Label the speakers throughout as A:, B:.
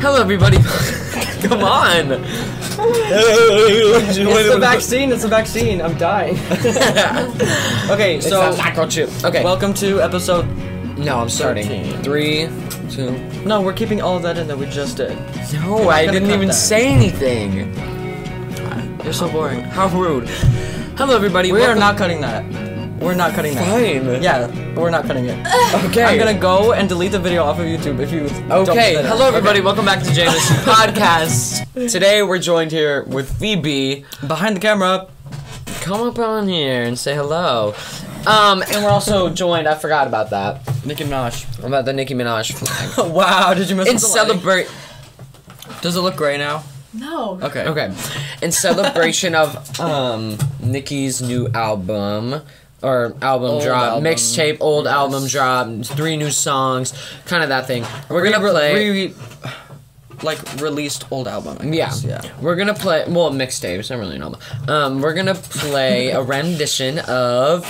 A: Hello, everybody. Come on.
B: it's
C: it's
B: the vaccine. It's the vaccine. I'm dying. okay,
A: So
B: so
A: microchip. Okay.
B: welcome to episode.
A: no, I'm starting.
B: Thirteen.
A: Three, two.
B: No, we're keeping all of that in that we just did.
A: No, I
B: gonna
A: didn't
B: cut
A: even
B: that.
A: say anything.
B: You're so boring.
A: How rude. Hello, everybody.
B: We are
A: welcome-
B: not cutting that. We're not cutting that.
A: fine.
B: Yeah, we're not cutting it.
A: Okay.
B: I'm gonna go and delete the video off of YouTube if you. don't
A: Okay,
B: put that
A: hello
B: up.
A: everybody. Welcome back to James Podcast. Today we're joined here with Phoebe.
B: Behind the camera.
A: Come up on here and say hello. Um, and we're also joined. I forgot about that.
B: Nicki Minaj.
A: About the Nicki Minaj flag.
B: wow, did you miss
A: and
B: the lighting?
A: celebrate.
B: Does it look gray now?
D: No.
B: Okay.
A: Okay, in celebration of um Nicki's new album or album
B: Old
A: drop,
B: album,
A: mixtape, old
B: yes.
A: album drop, three new songs, kind of that thing. We're gonna
B: Re-
A: play.
B: re- like released old album. I
A: Yeah.
B: guess. Yeah.
A: We're gonna play well mixtape, it's not really an album. Um we're gonna play a rendition of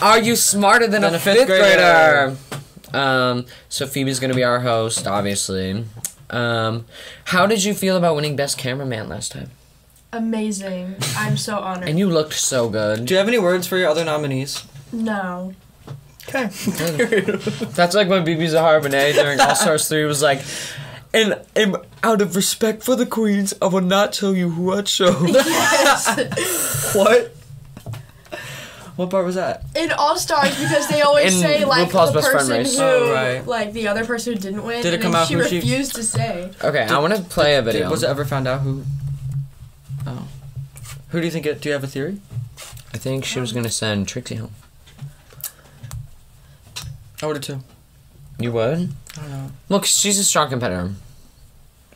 A: Are You Smarter Than, a, Fifth, grader? Um so Phoebe's gonna be our host, obviously. Um how did you feel about winning Best Cameraman last time?
D: Amazing. I'm so honored.
A: And you looked so good.
B: Do you have any words for your other nominees?
D: no.
B: Okay.
A: That's like when BB Zahar Benet during All Stars 3 was like
B: and, and out of respect for the queens, I will not tell you who I chose. what? What part was that?
D: In All Stars because they always
A: In
D: say like
A: RuPaul's
D: the
A: Best Friend
D: person
A: Race.
D: who
B: Oh, right.
D: like the other person who didn't win.
B: Did it
D: and
B: come
D: then
B: out
D: she
B: who she-
D: refused to say.
A: Okay, I wanna play a
B: Did-
A: video.
B: was it ever found out who? Oh. Who do you think it? Do you have a theory?
A: I think she was gonna send Trixie home.
B: I would have too.
A: You would?
B: I don't know.
A: Look, she's a strong competitor.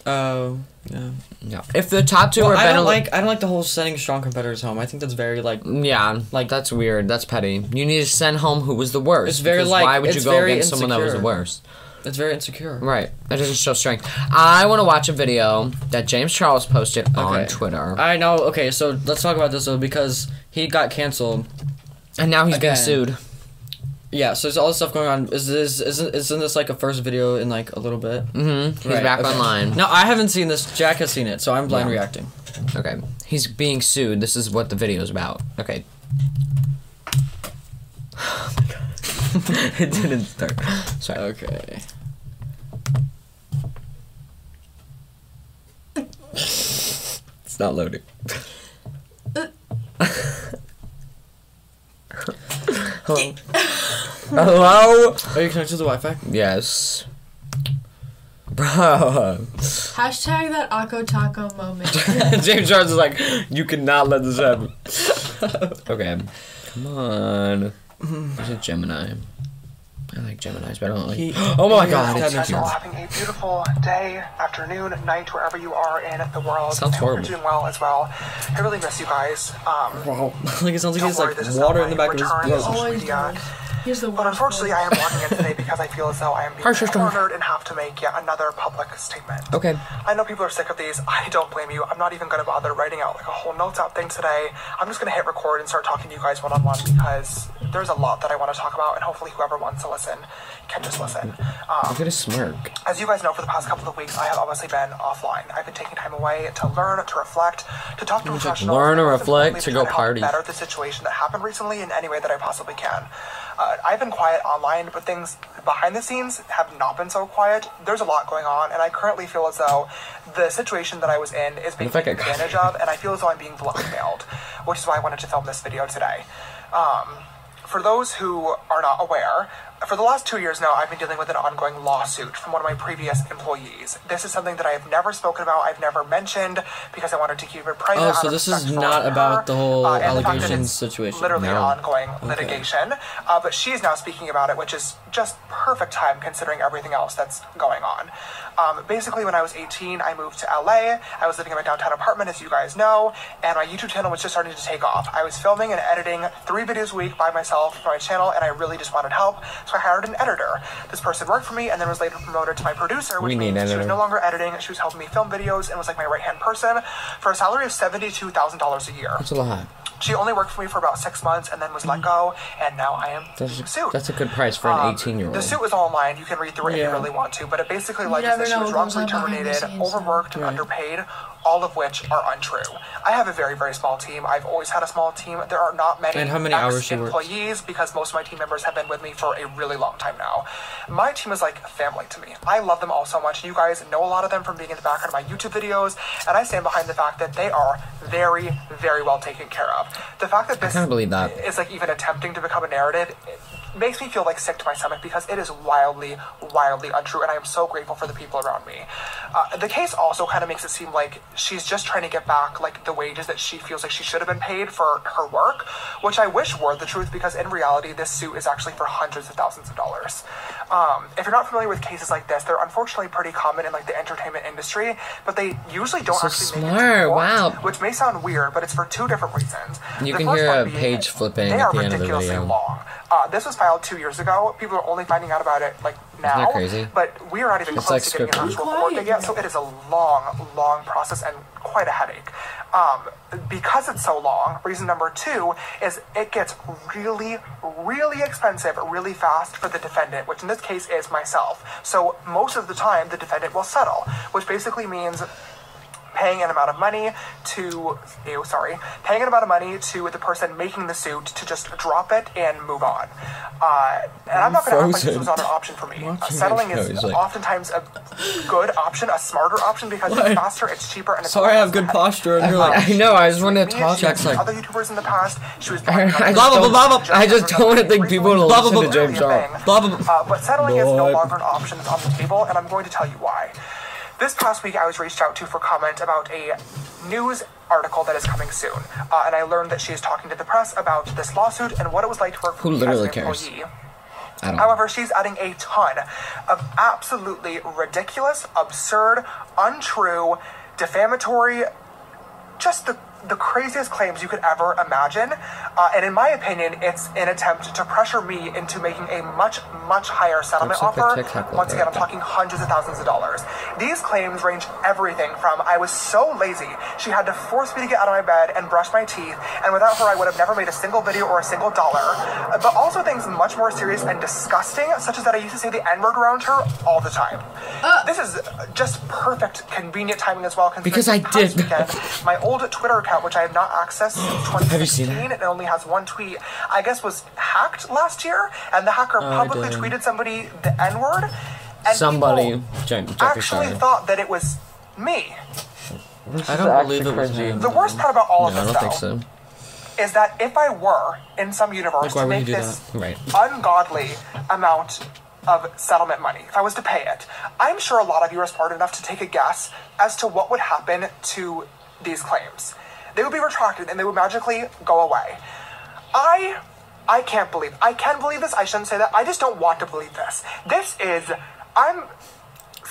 B: Oh. Yeah.
A: Yeah. If the top two
B: Well,
A: were
B: I
A: Benel-
B: don't like. I don't like the whole sending strong competitors home. I think that's very like.
A: Yeah, like that's weird. That's petty. You need to send home who was the worst.
B: It's very,
A: because
B: like,
A: why would you
B: it's
A: go
B: very
A: against someone that was the
B: insecure.
A: worst?
B: That's very insecure.
A: Right. That doesn't show strength. I want to watch a video that James Charles posted on
B: Okay.
A: Twitter,
B: I know. Okay, so let's talk about this though because he got canceled.
A: and now he's being
B: Again.
A: sued.
B: Yeah, so there's all this stuff going on. Is this isn't isn't this like a first video in like a little bit?
A: hmm He's
B: Right,
A: back
B: okay.
A: online.
B: No, I haven't seen this. Jack has seen it, so I'm blind
A: Yeah.
B: reacting.
A: Okay. He's being sued. This is what the video is about. Okay. it didn't start. Sorry.
B: Okay.
A: It's not loading. Hello. Hello.
B: Are you connected to the Wi-Fi?
A: Yes. Bro.
D: Hashtag that Akko Taco moment.
A: James Charles is like, you cannot let this happen. okay. Come on. There's a Gemini. I like Geminis, but I don't like.
B: He-
A: oh my god,
B: Yeah,
A: it's
B: that's
E: Hope you guys are
A: huge.
E: all having a beautiful day, afternoon, night, wherever you are in the world.
A: Sounds
E: I hope
A: horrible.
E: You're doing well as well. I really miss you guys. Um,
B: Wow. like it sounds like
E: don't
B: he's
E: worry,
B: like
E: this is
B: water
E: not
B: in
E: my
B: the back of his
E: return
B: throat.
E: to
D: Always
E: social media.
D: does. Here's the
E: But
D: worst
E: unfortunately, I
D: one.
E: am logging in today because I feel as though I am being
A: Our system.
E: cornered and have to make yet another public statement.
A: Okay.
E: I know people are sick of these. I don't blame you. I'm not even going to bother writing out like a whole notes out thing today. I'm just going to hit record and start talking to you guys one on one because there's a lot that I want to talk about, and hopefully, whoever wants to listen can just listen. Um,
A: Look at his smirk.
E: as you guys know, for the past couple of weeks, I have obviously been offline. I've been taking time away to learn, to reflect, to talk to professionals.
A: learn
E: and
A: or
E: most importantly,
A: reflect, to
E: try
A: go
E: help
A: party.
E: Better the situation that happened recently in any way that I possibly can. Uh, I've been quiet online, but things behind the scenes have not been so quiet. There's a lot going on, and I currently feel as though the situation that I was in is being
A: If I
E: taken
A: could-
E: advantage of, and I feel as though I'm being blackmailed, which is why I wanted to film this video today. Um, for those who are not aware, for the last two years now, I've been dealing with an ongoing lawsuit from one of my previous employees. This is something that I have never spoken about, I've never mentioned, because I wanted to keep it private.
B: Oh,
E: out
B: so
E: of
B: this is
E: respect for
B: not
E: her,
B: about the whole
E: uh, and the fact that
B: allegations
E: it's
B: situation.
E: Literally
A: No.
E: an ongoing litigation. Uh, but she's now speaking about it, which is just perfect time considering everything else that's going on. Um, basically, when I was 18, I moved to LA. I was living in my downtown apartment, as you guys know, and my YouTube channel was just starting to take off. I was filming and editing three videos a week by myself for my channel, and I really just wanted help, so I hired an editor. This person worked for me and then was later promoted to my producer, which
A: We need
E: means she was
A: editor.
E: no longer editing. She was helping me film videos and was like my right hand person for a salary of $72,000 a year.
A: That's a lot.
E: She only worked for me for about six months and then was let go, and now I am
A: That's a,
E: sued.
A: that's a good price for an
E: Um,
A: 18 year old.
E: The suit was online. You can read through it if
B: Yeah.
E: you really want to, but it basically like is
D: never
E: that she
D: know
E: was
D: what goes
E: wrongfully
D: on behind the
E: terminated,
D: scenes, though.
E: overworked, and underpaid, all of which are untrue. I have a very very small team. I've always had a small team. There are not many
A: And how many hours she works?
E: employees because most of my team members have been with me for a really long time now. My team is like family to me. I love them all so much. You guys know a lot of them from being in the background of my YouTube videos, and I stand behind the fact that they are very very well taken care of. The fact that this
A: kinda believe that.
E: is like even attempting to become a narrative it makes me feel like sick to my stomach because it is wildly wildly untrue and i am so grateful for the people around me uh, the case also kind of makes it seem like she's just trying to get back like the wages that she feels like she should have been paid for her work which i wish were the truth because in reality this suit is actually for hundreds of thousands of dollars um, if you're not familiar with cases like this they're unfortunately pretty common in like the entertainment industry but they usually don't
A: So
E: actually make it to
A: smart,
E: court,
A: wow.
E: which may sound weird but it's for two different reasons
A: You
E: the
A: can
E: first
A: hear
E: one
A: a
E: being
A: page flipping
E: They
A: at
E: are
A: the end of the
E: ridiculously
A: video.
E: long. Uh, this was filed two years ago. People are only finding out about it like now.
A: that crazy?
E: But we are not even
A: It's
E: close
A: like
E: to getting
A: scripted.
E: an actual
D: Be
E: court date
D: quiet.
E: yet, so it is a long, long process and quite a headache. Um, because it's so long, reason number two is it gets really, really expensive really fast for the defendant, which in this case is myself. So most of the time, the defendant will settle, which basically means paying an amount of money to ew, sorry paying an amount of money to the person making the suit to just drop it and move on uh, and i'm not going to act like this
B: Frozen.
E: was not an option for me Uh,
A: Watching it
E: settling
A: go
E: is
A: is like-
E: oftentimes a good option a smarter option because
B: What?
E: it's faster it's cheaper and it's
B: Sorry, I
E: less
B: have good
E: headache.
B: posture, and you're like,
A: I know. I just wanted
E: Me,
A: to
E: she
A: talk.
E: had
B: Jack's like-
E: other YouTubers in the past. She was
A: I just
B: Blah, blah, blah, blah, blah.
A: I just don't wanna think people will
B: Blah, blah, listen to blah.
E: Really a
A: James
E: thing.
B: Blah, blah, blah.
E: Uh, but settling is no
B: Lord.
E: longer an option on the table, and I'm going to tell you why. This past week, I was reached out to for comment about a news article that is coming soon, uh, and I learned that she is talking to the press about this lawsuit and what it was like to work
A: Who
E: for me
A: literally
E: as an
A: cares?
E: employee.
A: I don't.
E: However, she's adding a ton of absolutely ridiculous, absurd, untrue, defamatory, just the the craziest claims you could ever imagine. Uh, and in my opinion, it's an attempt to pressure me into making a much, much higher settlement
A: Looks like a
E: offer.
A: TikTok
E: Once again, I'm
A: logo.
E: talking hundreds of thousands of dollars. These claims range everything from I was so lazy, she had to force me to get out of my bed and brush my teeth, and without her, I would have never made a single video or a single dollar. Uh, But also things much more serious and disgusting, such as that I used to say the N word around her all the time. this is uh, just perfect, convenient timing as well. considering
A: Because I
E: this past
A: did.
E: Weekend, my old Twitter account, which I have not accessed since 2016,
A: you seen that?
E: it only has one tweet, I guess was hacked last year, and the hacker publicly
A: Oh, didn't.
E: tweeted somebody the N word. And
A: Somebody,
E: people
A: Jen, Jeffrey
E: actually
A: Star.
E: thought that it was me.
A: I don't believe it was
B: cringy.
A: him.
E: The worst part about all
A: No, I
E: of this,
A: don't
E: though,
A: think so.
E: is that if I were in some universe
B: Like, why
E: to
B: would
E: make
B: you do
E: this
A: that? Right.
E: ungodly amount of settlement money, if I was to pay it, I'm sure a lot of you are smart enough to take a guess as to what would happen to these claims. They would be retracted and they would magically go away. I I can't believe. I can believe this. I shouldn't say that. I just don't want to believe this. This is I'm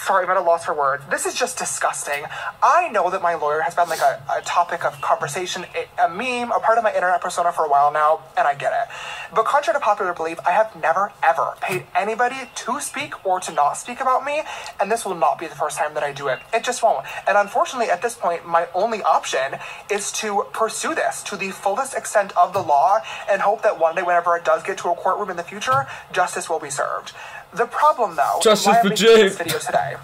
E: sorry, I'm at a loss for words. This is just disgusting. I know that my lawyer has been like a, a topic of conversation, a, a meme, a part of my internet persona for a while now, and I get it. But contrary to popular belief, I have never, ever paid anybody to speak or to not speak about me, and this will not be the first time that I do it. It just won't. And unfortunately, at this point, my only option is to pursue this to the fullest extent of the law and hope that one day, whenever it does get to a courtroom in the future, justice will be served. The problem, though,
B: Justice
E: why I'm
B: for
E: making this
B: Jake.
E: video today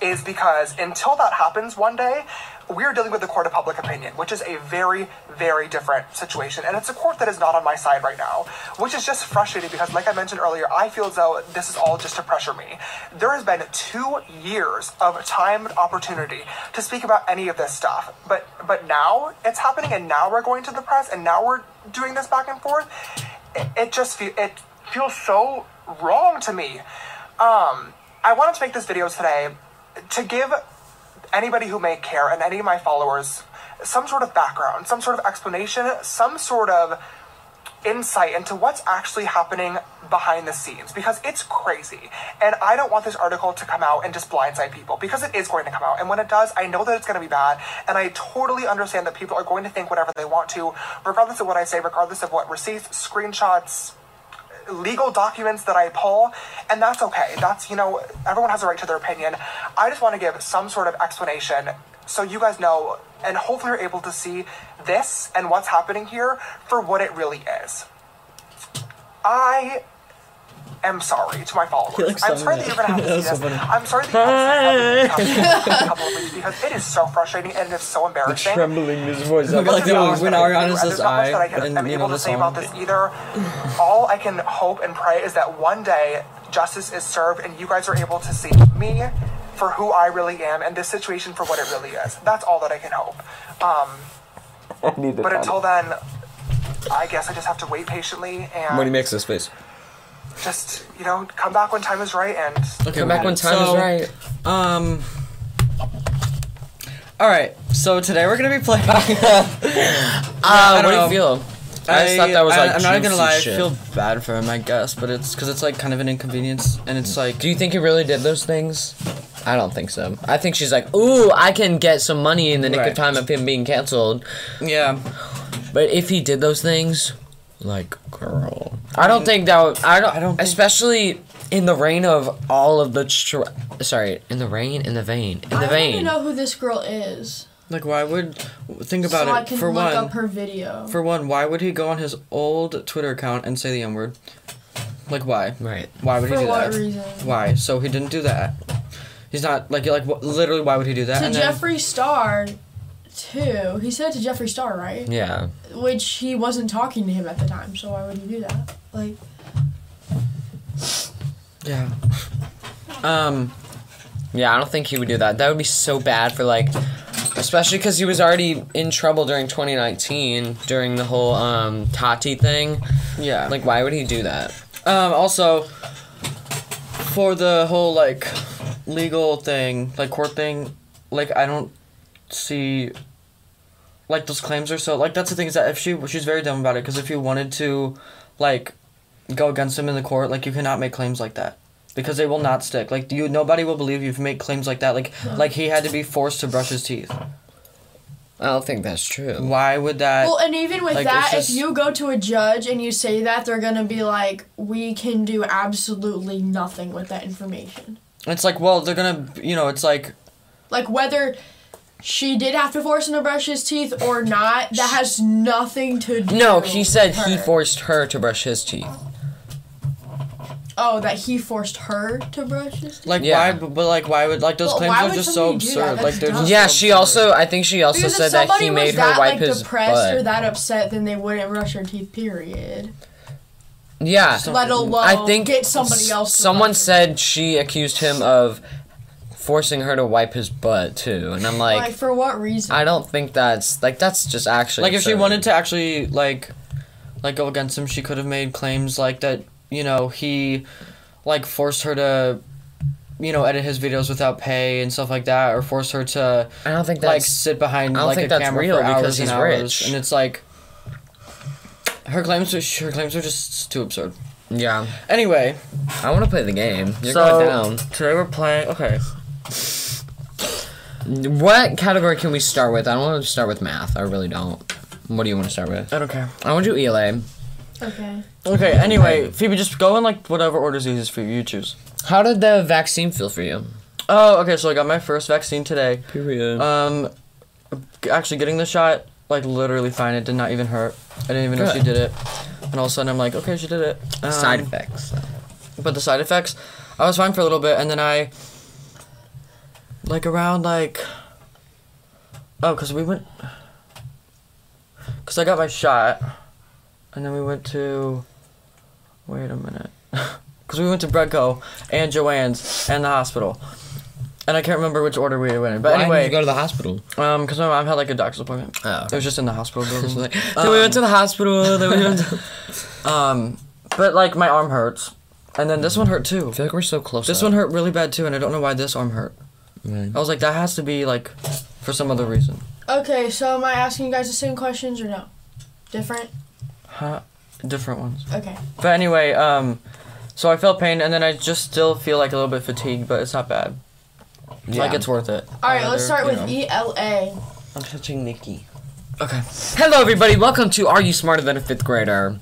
E: is because until that happens one day, we're dealing with the court of public opinion, which is a very, very different situation. And it's a court that is not on my side right now, which is just frustrating because, like I mentioned earlier, I feel as though this is all just to pressure me. There has been two years of time and opportunity to speak about any of this stuff. But but now it's happening and now we're going to the press and now we're doing this back and forth. It, it just fe- it feels so wrong to me. Um, I wanted to make this video today to give anybody who may care and any of my followers some sort of background, some sort of explanation, some sort of insight into what's actually happening behind the scenes because it's crazy. And I don't want this article to come out and just blindside people because it is going to come out. And when it does, I know that it's going to be bad. And I totally understand that people are going to think whatever they want to, regardless of what I say, regardless of what receipts, screenshots, legal documents that I pull, and that's okay. That's, you know, everyone has a right to their opinion. I just want to give some sort of explanation so you guys know and hopefully are able to see this and what's happening here for what it really is. I am sorry to my followers.
B: looks
E: I'm
B: so
E: sorry that you're gonna have to see
B: mad.
E: this.
B: That was so funny.
E: I'm sorry that you have to see a couple of weeks because it is so frustrating and it's so embarrassing.
B: Trembling in his voice. I'm
E: Look
B: like,
E: at the
B: yo,
E: hours
B: when
E: that I do,
B: Ariana
E: and
B: says
E: there's not much that
B: I,
E: I can-
B: and
E: I'm
B: the name
E: able
B: of
E: to
B: the
E: say about
B: song.
E: this either. All I can hope and pray is that one day justice is served and you guys are able to see me for who I really am and this situation for what it really is. That's all that I can hope. Um, but until then, I guess I just have to wait patiently and
B: Money makes this face.
E: just you know come back when time is right and
A: Come back when time
B: So-
A: is right.
B: Um. All right, so today we're gonna be playing.
A: Uh,
B: I
A: what
B: don't
A: do you feel? I, just thought that was like
B: I, am not gonna
A: juicy
B: lie.
A: shit.
B: I feel bad for him, I guess, but it's because it's like kind of an inconvenience, and it's like
A: Do you think he really did those things? I don't think so. I think she's like, ooh, I can get some money in the nick
B: Right.
A: of time of him being canceled.
B: yeah.
A: But if he did those things, like girl, I don't think that. Would, I don't.
B: I don't think-
A: especially in the reign of all of the. Tr- sorry, in the rain, in the vein, in
D: I
A: the
D: want to
A: vein.
D: know who this girl is,
B: Like, why would think
D: so I
B: about
D: can
B: it? For
D: look
B: one,
D: up her video.
B: for one, why would he go on his old Twitter account and say the N word? Like, why?
A: Right.
B: Why would
D: For
B: he do
D: what
B: that?
D: reason?
B: Why? So he didn't do that. He's not like like wh- literally. Why would he do that?
D: to
B: And then-
D: Jeffree Star, too. He said to Jeffree Star, right?
A: Yeah.
D: Which he wasn't talking to him at the time, so why would he do that? Like,
B: yeah. Um.
A: Yeah, I don't think he would do that. That would be so bad for like, especially because he was already in trouble during 2019 during the whole um Tati thing.
B: Yeah.
A: Like, why would he do that?
B: Um, also, for the whole like legal thing, like court thing, like I don't see like those claims are so like that's the thing is that if she she's very dumb about it because if you wanted to like go against him in the court, like you cannot make claims like that because they will not stick. Like you, nobody will believe you if you make claims like that. Like like he had to be forced to brush his teeth.
A: I don't think that's true.
B: Why would that?
D: well, and even with
B: like,
D: that,
B: it's just-
D: if you go to a judge and you say that, they're gonna be like, "We can do absolutely nothing with that information."
B: it's like well they're gonna you know it's like
D: Like whether she did have to force him to brush his teeth or not, that has nothing to do.
A: No, he said
D: with
A: he
D: her.
A: forced her to brush his teeth.
D: Oh, that he forced her to brush his teeth.
B: like
A: Yeah.
B: why but like why would like those
D: Well,
B: claims
D: why
B: are
D: would
B: just so
D: somebody do that?
B: absurd. Like
D: That's
B: they're
D: dumb.
B: just
A: Yeah,
B: so
A: she
B: absurd.
A: also. I think she also
D: Because if
A: said that
D: somebody
A: he
D: was
A: made
D: that
A: her wipe
D: like
A: his
D: depressed or
A: butt.
D: that upset, then they wouldn't brush their teeth. Period.
A: yeah,
D: Let alone
A: I think
D: get somebody else. to
A: Someone
D: brush their
A: said she accused him of forcing her to wipe his butt too, and I'm
D: teeth.
A: like,
D: like for what reason?
A: I don't think that's like that's just actually
B: like if she
A: absurd.
B: wanted to actually like like go against him, she could have made claims like that. You know, he like forced her to you know edit his videos without pay and stuff like that, or forced her to
A: I don't think
B: like
A: that's
B: sit behind
A: I don't
B: like
A: think
B: a
A: that's
B: camera
A: real
B: for hours
A: because
B: and
A: he's
B: hours.
A: rich.
B: And it's like her claims are her claims are just too absurd.
A: yeah.
B: Anyway,
A: I want to play the game. You're going
B: today we're playing. Okay,
A: down. What category can we start with? I don't want to start with math. I really don't. What do you want to start with?
B: I don't care.
A: I want to do E ELA.
D: okay.
B: Okay, anyway, Phoebe, just go in like whatever order's easiest for you. You choose.
A: How did the vaccine feel for you?
B: Oh, okay, so I got my first vaccine today.
A: Period.
B: Um, g- actually, getting the shot, like, literally fine. It did not even hurt. I didn't even know she
A: Good.
B: did it. And all of a sudden, I'm like, okay, she did it. Um,
A: Side effects.
B: But the side effects, I was fine for a little bit, and then I, like, around, like, oh, because we went, because I got my shot, and then we went to, wait a minute. Because we went to Breadco and Joanne's and the hospital. And I can't remember which order we went in. But
A: Why
B: anyway.
A: did you go to the hospital?
B: Um, because my mom had like a doctor's appointment.
A: Oh.
B: It was just in the hospital building.
A: then we went to the hospital. Then we went to-
B: um, but like my arm hurts, and then this one hurt too.
A: I feel like we're so close.
B: This
A: up.
B: one hurt really bad too, and I don't know why this arm hurt. I was like, that has to be like for some other reason.
D: Okay. So am I asking you guys the same questions or no? Different.
B: Huh? Different ones.
D: Okay.
B: But anyway, um, so I felt pain, and then I just still feel like a little bit fatigued, but it's not bad. Like
A: Yeah.
B: it's worth it.
D: All right. Let's start with
B: E.
D: ELA.
A: I'm touching Nikki.
B: Okay.
A: Hello, everybody. Welcome to Are You Smarter Than a Fifth Grader?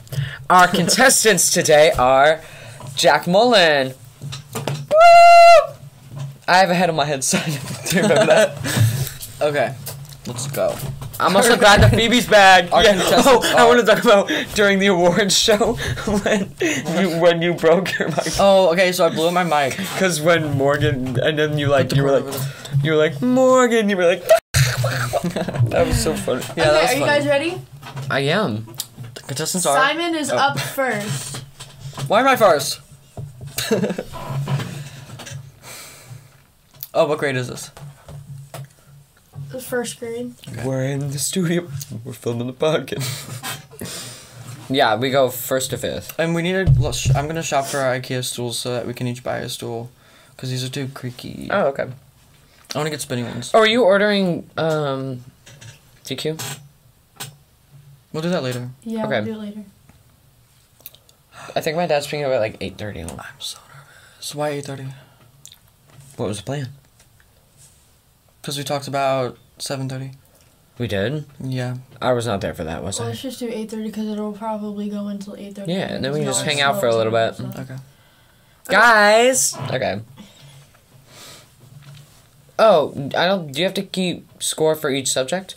A: Our contestants today are Jack Mullen. Woo! I have a head on my head, so I do remember that.
D: E-
B: Okay, let's go.
A: I'm also glad that Phoebe's back.
B: Our
A: Yeah.
B: contestants
A: Oh, I
B: are-
A: want to talk about during the awards show when you when you broke your mic.
B: Oh, okay. So I blew up my mic.
A: Because when Morgan and then you like you were
B: over
A: like you were like Morgan, you were like that was so funny.
B: Yeah,
D: okay,
B: that
D: are
B: was
D: you
B: funny.
D: guys ready?
A: I am.
B: The contestants are.
D: Simon
A: Oh.
D: is up first.
B: Why am I first? oh, what grade is this?
D: The first grade.
A: We're in the studio. We're filming the podcast. yeah, we go first to fifth.
B: And we need a. Let's, sh- I'm gonna shop for our IKEA stools so that we can each buy a stool, cause these are too creaky.
A: Oh, okay.
B: I wanna get spinning ones.
A: Oh, are you ordering um TQ?
B: We'll do that later.
D: Yeah,
A: Okay.
D: we'll do it later.
A: I think my dad's picking up at like eight thirty.
B: I'm so nervous. Why eight thirty?
A: What was the plan?
B: Cause we talked about seven thirty.
A: We did.
B: Yeah.
A: I was not there for that, was
D: Well,
A: I?
D: let's just do 8.30 because it'll probably go until 8.30.
A: Yeah, and then we can
D: No,
A: just
D: it's
A: hang out
D: not
A: for a little
D: until
A: bit.
D: 8:30.
B: Okay.
A: Guys. Okay. Oh, I don't. Do you have to keep score for each subject?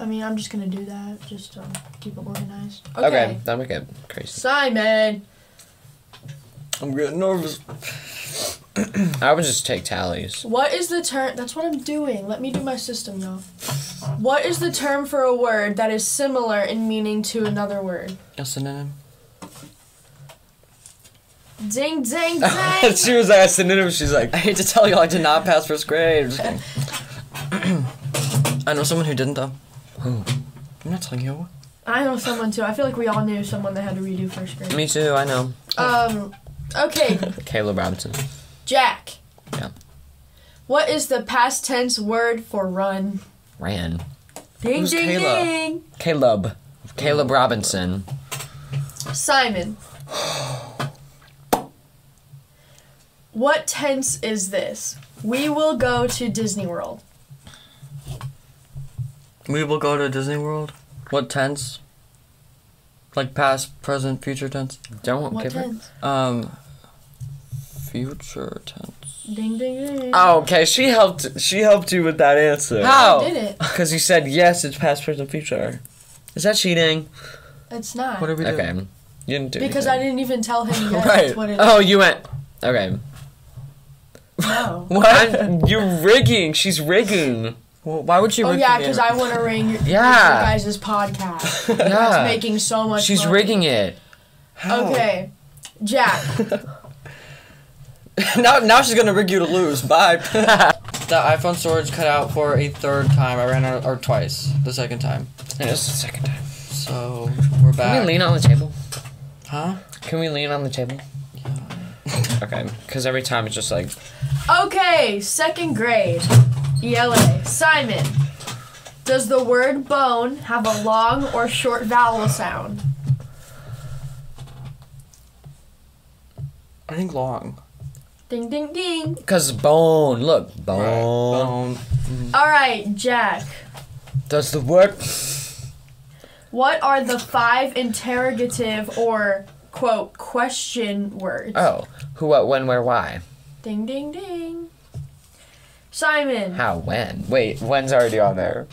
D: I mean, I'm just going to do that just to keep it organized. Okay.
A: Okay, that'll make it crazy.
D: Simon.
B: I'm getting nervous.
A: I would just take tallies.
D: What is the term? That's what I'm doing. Let me do my system, y'all. What is the term for a word that is similar in meaning to another word?
B: A synonym.
D: Ding, ding, ding.
A: she was like a synonym. She's like,
B: I hate to tell y'all, I did not pass first grade. I'm just kidding. I know someone who didn't though.
A: Who?
B: I'm not telling you.
D: I know someone too. I feel like we all knew someone that had to redo first grade.
A: me too. I know.
D: Um, okay,
A: Caleb Robinson.
D: Jack.
A: Yeah.
D: What is the past tense word for run?
A: Ran.
D: Ding,
B: Who's
D: ding,
B: Kayla?
D: ding.
A: Caleb. Caleb Robinson.
D: Simon. What tense is this? We will go to Disney World.
B: We will go to Disney World. What tense? Like past, present, future tense.
A: Don't
D: What
A: give her-
D: tense?
B: Um, future tense.
D: Ding, ding, ding.
A: Oh, okay. She helped. She helped you with that answer.
B: How?
D: I did it.
A: Because you said yes. It's past, present, future. Is that cheating?
D: It's not.
B: What are we doing?
A: Okay. You didn't do
D: because I
A: anything.
D: didn't even tell him yet
B: Right.
D: what it is.
A: Oh, you went. Okay.
D: No.
A: What? you're rigging. She's rigging.
B: Well, why would she?
D: Oh
B: rig
D: yeah,
B: the
D: because
B: game?
D: I want to ring your
A: Yeah.
D: guys' podcast. That's
A: Yeah.
D: making so much.
A: She's
D: money.
A: rigging it.
B: How?
D: Okay, Jack.
B: now, now she's gonna rig you to lose. Bye. the iPhone storage cut out for a third time. I ran out, or twice. The second time.
A: And it's the second time.
B: So
A: Can
B: we're
A: we
B: back.
A: lean on the table?
B: Huh?
A: Can we lean on the table? Okay, because every time it's just like
D: Okay, second grade. ELA. Simon. Does the word bone have a long or short vowel sound?
B: I think long.
D: Ding ding ding.
A: because bone. Look, bone.
B: Long.
D: All right, Jack.
A: Does the word
D: What are the five interrogative or quote question words?
A: oh who what when where why
D: Ding ding ding. Simon.
A: how when wait when's already on there?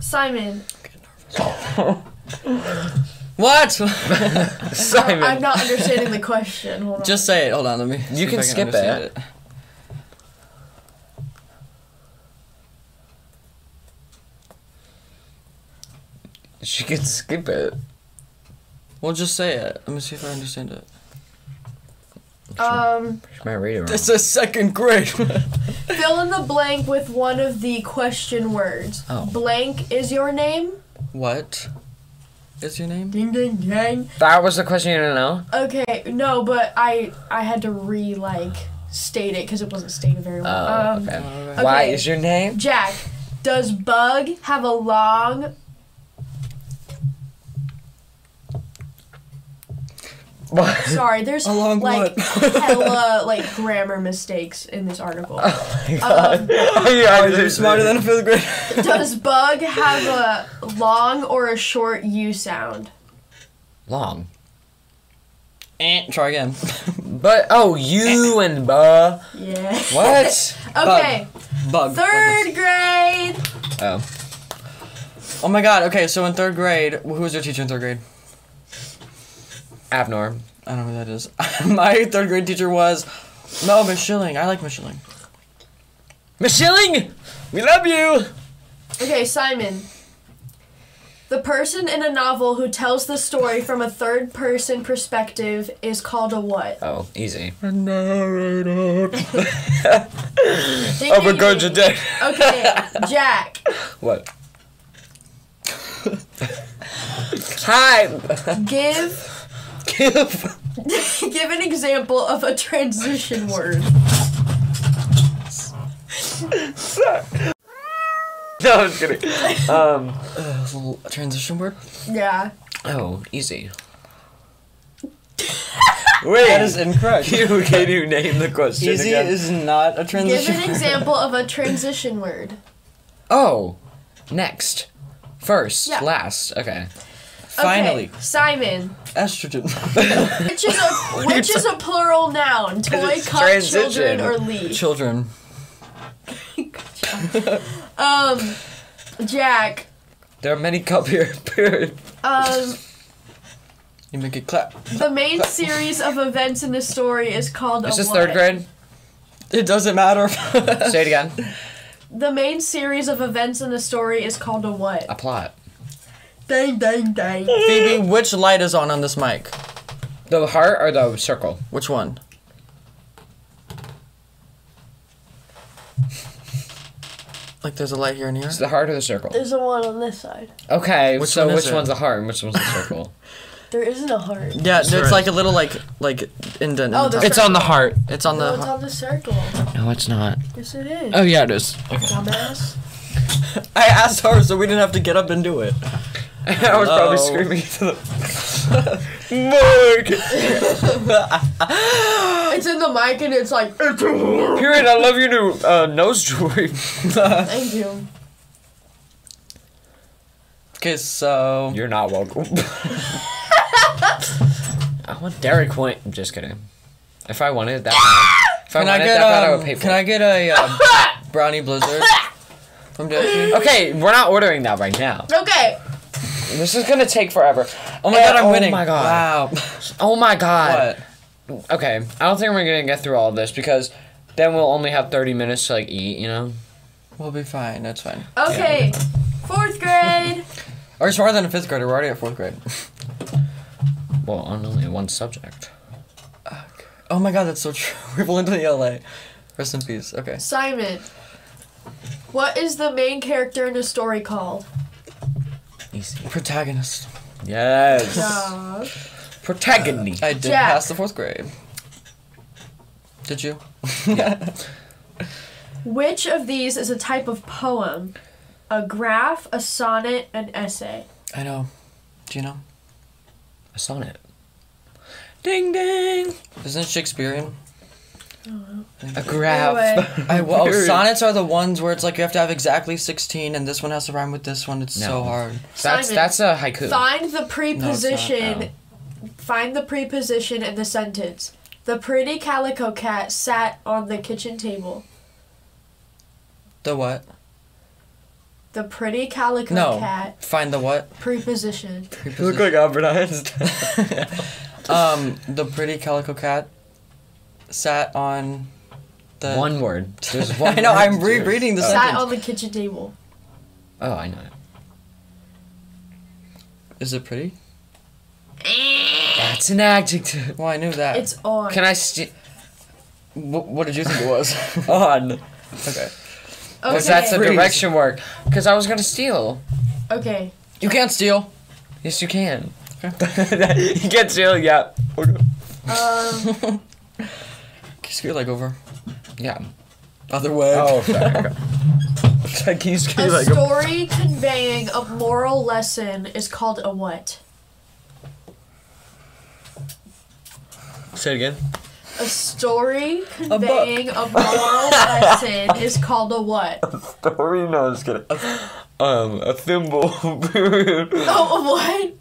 D: Simon.
B: What?
A: Simon.
D: I'm not understanding the question. Hold on.
B: Just say it. Hold on. Let me. see if
A: can
B: I
A: skip
B: understand
A: it. She could skip it.
B: Well, just say it. Let me see if I understand it.
D: um
A: She might read it wrong.
B: It's a second grade.
D: fill in the blank with one of the question words.
A: Oh.
D: Blank is your name?
B: what? Is your name?
D: Ding ding ding.
A: That was the question you didn't know.
D: Okay, no, but I I had to re like state it because it wasn't stated very
A: Oh,
D: well. um,
A: okay.
B: Alright.
A: Why
D: okay.
A: is your name?
D: Jack, does bug have a long?
A: What?
D: Sorry, there's
B: A long
D: like
B: what?
D: hella like grammar mistakes in this article.
A: God. yeah,
B: You're smarter than a fifth grader.
D: does bug have a long or a short u sound?
A: long.
B: Eh, Try again.
A: But oh, you and buh.
D: Yeah.
A: What?
D: Okay.
B: Bug.
D: Third grade.
A: Oh,
B: Oh my god, okay, so in third grade, who was your teacher in third grade?
A: Abnorm.
B: I don't know who that is. my third grade teacher was. No, Miss Schilling. I like Miss Schilling.
A: Miss Schilling, we love you.
D: Okay, Simon. The person in a novel who tells the story from a third person perspective is called a what?
A: Oh, easy.
D: Ding,
A: Over
D: ding, ding.
A: Gurja
D: Okay, Jack.
A: What? Hi.
D: Give
A: Give.
D: give an example of a transition word.
A: No, I'm just kidding. Um.
B: Uh, l- transition word?
D: Yeah.
A: Oh, easy.
B: Wait. That is incorrect.
A: You can you name the question
B: Easy
A: again?
B: is not a
D: Give
B: transition
D: an
B: word.
D: example of a transition word.
A: oh, next, first,
D: Yeah.
A: last. Okay.
D: Okay,
B: Finally.
D: Simon.
B: Estrogen.
D: Which is a which is a plural noun? Toy,
A: It's
D: cup, children,
A: transition.
D: or leaf?
B: Children.
D: Um, Jack.
A: There are many cup here. Period.
D: Um,
B: You make it clap.
D: the main series of events in the story is called.
A: This
D: a
A: is third
D: what?
A: grade.
B: It doesn't matter.
A: Say it again.
D: The main series of events in the story is called a what?
A: A plot.
D: Dang, dang, dang.
B: Phoebe, which light is on on this mic?
A: The heart or the circle?
B: Which one? Like there's a light here and here.
A: Is the heart or the circle?
D: There's a one on this side.
A: Okay,
B: Which
A: so
B: one is
A: which
B: it?
A: one's the heart and which one's the circle?
D: There isn't a heart.
B: Yeah, it's like a little like like indent. in
D: Oh,
B: the
D: the
B: top.
D: It's on the
A: heart.
B: it's on
D: No,
B: the.
D: it's on the circle.
A: No, it's not.
D: Yes, it is.
A: Oh yeah, it is.
D: Dumbass.
B: I asked her, so we didn't have to get up and do it.
A: I was probably
B: Hello.
A: screaming to the Mark.
D: It's in the mic and it's like,
A: Period. I love your new uh, nose jewelry.
D: thank you.
B: Okay, so
A: You're not welcome. I want Dairy Queen. I'm just kidding. If I wanted that, if I
B: can I
A: wanted
B: get
A: that, that, I
B: um,
A: would pay for.
B: can I
A: it.
B: get a um, brownie blizzard from Dairy Queen?
A: Okay, we're not ordering that right now.
D: Okay.
A: This is gonna take forever.
B: Oh my god, I'm
A: oh
B: winning!
A: my god.
B: Wow.
A: Oh my god.
B: What?
A: Okay, I don't think we're gonna get through all of this because then we'll only have 30 minutes to like eat, you know?
B: We'll be fine. That's fine.
D: Okay. Fourth grade.
B: Or it's farther than a fifth grader. We're already at fourth grade.
A: Well, on only one subject.
B: Oh my god, that's so true. We're going to the LA. Rest in peace. Okay.
D: Simon. What is the main character in a story called?
A: Easy.
B: Protagonist.
A: Yes.
D: Uh,
A: Protagony.
B: I did
D: Jack.
B: pass the fourth grade. Did you?
D: which of these is a type of poem? A graph, a sonnet, an essay.
B: I know. Do you know?
A: A sonnet. Ding ding.
B: Isn't it Shakespearean?
A: A graph.
D: Anyway,
B: I, well,
A: Period.
B: sonnets are the ones where it's like you have to have exactly 16 and this one has to rhyme with this one. It's so
A: No.
B: hard.
A: That's
D: Simon.
A: that's a haiku.
D: find the preposition.
A: No, it's
D: Find the preposition in the sentence. The pretty calico cat sat on the kitchen table.
B: The what?
D: The pretty calico
B: No.
D: cat
B: Find the what?
D: preposition.
A: look like Albert Einstein.
B: Um, the pretty calico cat sat on the.
A: One word. There's one
B: I know,
A: word
B: I'm
A: to do.
B: rereading the
A: oh.
D: Sat
B: sentence.
D: on the kitchen table.
A: Oh, I know it.
B: Is it pretty?
A: That's an adjective.
B: Well, I knew that.
D: It's on.
A: Can I st-
B: Wh- what did you think it was?
A: on?
B: okay.
D: okay.
A: Because that's a
B: Freeze.
A: direction work. Because I was gonna steal.
D: okay.
B: You can't steal.
A: Yes, you can. you can steal. Yeah.
D: Um,
B: Scoot your leg over.
A: Yeah.
B: Other way.
A: sorry. Like he's
D: a
A: like a-
D: story conveying a moral lesson is called a what?
A: Say it again.
D: A story conveying a, moral lesson is called a what?
A: Story? No, I'm just kidding. Um, a thimble.
D: Oh, a what?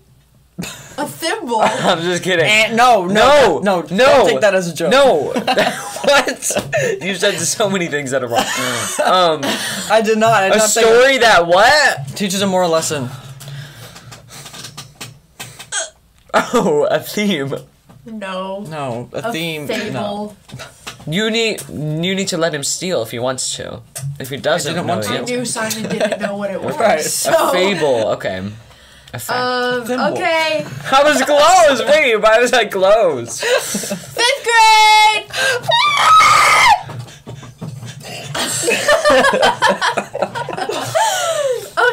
D: A thimble.
B: I'm just kidding.
A: And no, no,
B: Eh,
A: no,
B: No, no,
A: no.
B: don't take that as a joke.
A: No. what? You said so many things that are wrong. um,
B: I did not. I did
A: a
B: not think-
A: story that what?
B: teaches a moral lesson.
A: Oh, a theme.
D: No.
B: No, a,
D: A
B: theme.
D: Fable.
B: No.
A: You need you need to let him steal if he wants to. If he doesn't,
B: didn't
A: no,
B: want
A: you-
D: I knew Simon didn't know what it was.
B: Right.
D: So,
A: A fable. Okay. A fact.
D: Um,
B: Thimble.
D: okay.
A: I was close. Wait, why was I close?
D: Fifth grade!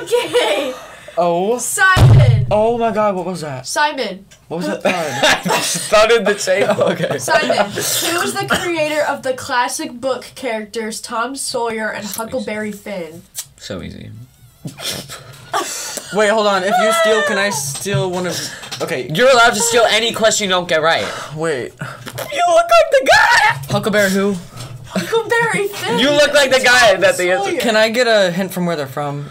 D: okay.
B: Oh.
D: Simon.
B: Oh my God! What was that?
D: Simon.
B: What was that? thud?
A: I just started the table. Okay.
D: Simon. Who is the creator of the classic book characters Tom Sawyer and Huckleberry Finn?
A: So easy.
B: Wait, hold on. If you steal, can I steal one of? Okay.
A: You're allowed to steal any question you don't get right.
B: Wait.
A: You look like the guy.
B: Huckleberry who?
D: Huckleberry Finn.
A: You look like the guy that the
D: Sawyer.
A: answer.
B: Can I get a hint from where they're from?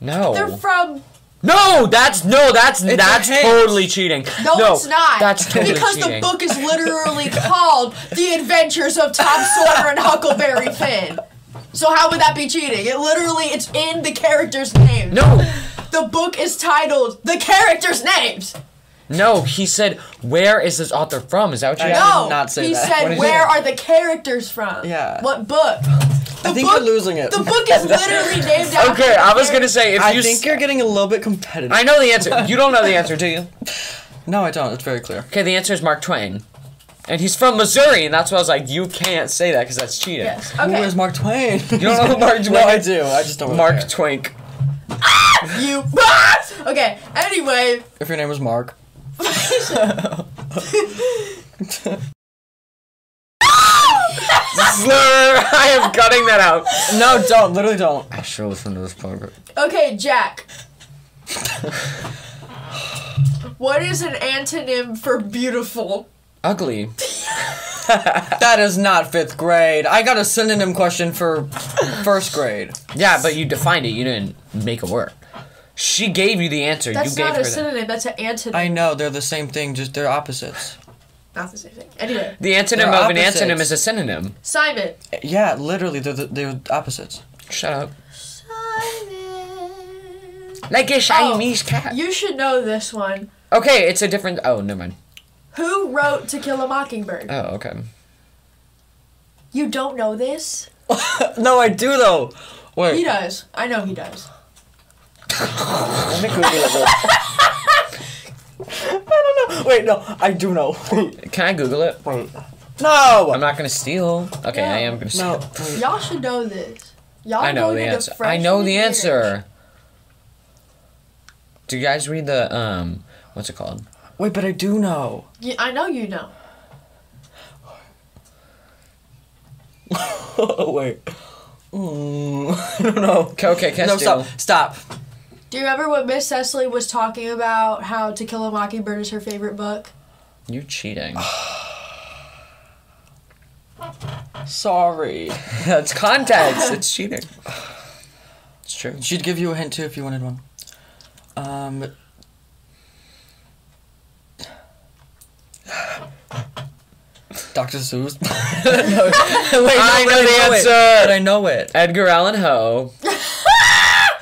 A: No.
D: They're from.
A: No, that's no, that's
B: a
A: that's
B: hint.
A: totally cheating.
D: No, it's not.
A: That's totally
D: because
A: cheating.
D: the book is literally called The Adventures of Tom Sawyer and Huckleberry Finn. So how would that be cheating? It literally it's in the characters' name.
A: no,
D: The book is titled The Characters' Names.
A: no. He said, "Where is this author from?" Is that what you?
B: I
A: asked?
D: No.
B: did not say
D: he
B: that. What
D: said
B: did you say?
D: where are the characters from?
B: Yeah.
D: What book? The
B: I think
D: book,
B: you're losing it.
D: The book is literally named after
A: Okay,
D: the
A: I was
D: character-
A: gonna say if
B: I
A: you.
B: think
A: s-
B: you're getting a little bit competitive.
A: I know the answer. You don't know the answer, do you?
B: no, I don't. It's very clear.
A: Okay, the answer is Mark Twain, and he's from Missouri, and that's why I was like, you can't say that because that's cheating.
D: Yes.
B: Who
D: Okay.
B: is Mark Twain? You
A: don't know who Mark Twain
B: No, I
A: is?
B: do. I just don't. really
A: Mark
B: care.
A: Twink.
D: you. okay. Anyway,
B: If your name was Mark.
A: Slur. I am cutting that out.
B: No, Oh, don't. Literally, don't.
A: I should listen to this part.
D: Okay, Jack. what is an antonym for beautiful?
A: Ugly.
B: That is not fifth grade. I got a synonym question for first grade.
A: Yeah, but you defined it. You didn't make a word. She gave you the answer.
D: That's
A: you gave
D: not
A: her
D: a
A: the-
D: synonym. That's an antonym.
B: I know they're the same thing, just they're opposites.
D: not the same thing. Anyway,
A: The antonym
B: They're
A: of an
B: opposites.
A: antonym is a synonym.
D: Simon.
B: Yeah, literally, they're the, they're opposites.
A: Shut up.
D: Simon.
A: Like a Chinese cat.
D: You should know this one.
A: Oh. okay, it's a different. Oh, never mind.
D: Who wrote To Kill a Mockingbird?
A: Oh, okay.
D: You don't know this?
B: No, I do though.
D: He
B: Wait,
D: does. I know he does.
B: let me Google it. Real I don't know. Wait, no, I do know. Wait,
A: Can I Google it?
B: wait.
A: I'm
B: No.
A: not gonna steal. Okay, I am gonna steal.
B: No. wait.
D: Y'all should know this. Y'all
A: I know
D: going
A: the
D: into
A: answer. I know
D: freshman
A: the
D: year.
A: answer. Do you guys read the um? What's it called?
B: Wait, but I do know.
D: You- I know you know.
B: Oh wait. Mm, I don't know.
A: Okay, okay, can I
B: No,
A: steal?
B: stop. Stop.
D: Do you remember when Miss Cecily was talking about how To Kill a Mockingbird is her favorite book?
A: You're cheating.
B: Sorry.
A: That's context. It's cheating. It's true.
B: She'd give you a hint too if you wanted one. Um. Dr. Seuss. No, Wait, no,
A: I
B: but
A: know the
B: it,
A: answer.
B: but I know it.
A: Edgar Allan Poe.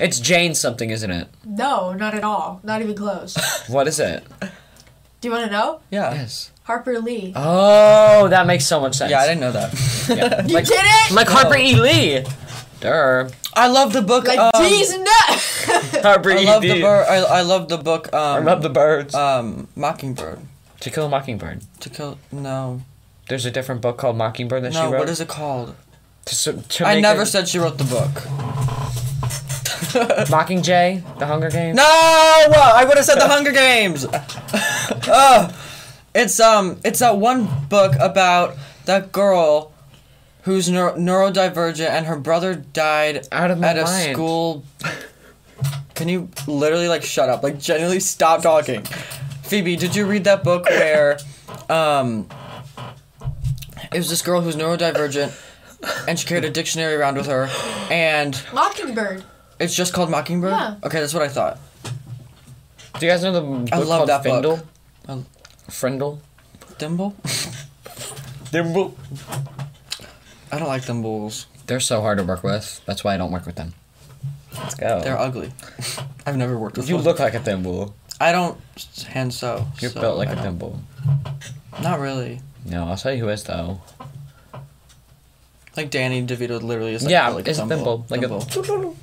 A: it's Jane something, isn't it?
D: No, not at all. Not even close.
A: What is it?
D: Do you want to know?
B: Yeah.
A: Yes.
D: Harper Lee.
A: Oh, that makes so much sense.
B: Yeah, I didn't know that.
D: you did it?
A: Like Harper E. Lee. Durr.
B: I love the book.
D: like
B: um,
D: these nuts.
A: Harper
B: I love the bird. I, I love the book. Um,
A: the birds.
B: um, Mockingbird.
A: to Kill a Mockingbird.
B: To kill. No.
A: There's a different book called Mockingbird that
B: No.
A: she wrote.
B: What is it called?
A: To, s- to
B: I
A: make
B: never
A: a-
B: said she wrote the book.
A: Mockingjay, The Hunger Games.
B: No, I would have said the Hunger Games. Ugh. it's um, it's that one book about that girl who's neuro- neurodivergent and her brother died
A: Out of my
B: at a
A: mind.
B: school. Can you literally like shut up? Like genuinely stop talking. Phoebe, did you read that book where um, it was this girl who's neurodivergent and she carried a dictionary around with her and
D: Mockingbird.
B: it's just called Mockingbird?
D: Yeah.
B: Okay, that's what I thought.
A: Do you guys know the book
B: I love
A: called
B: that book.
A: Findle?
B: Um,
A: Frindle.
B: Dimble? Dimble. I don't like thimbles.
A: They're so hard to work with. That's why I don't work with them. Let's go.
B: They're ugly. I've never worked with
A: you
B: one.
A: look like a thimble.
B: I don't s- hand sew.
A: You're
B: so
A: built like
B: I
A: a
B: don't-
A: thimble.
B: Not really.
A: No, I'll tell you who is though.
B: Like Danny DeVito literally is like,
A: yeah,
B: built like
A: it's
B: a
A: a
B: thimble.
A: thimble. Like
B: Thimble.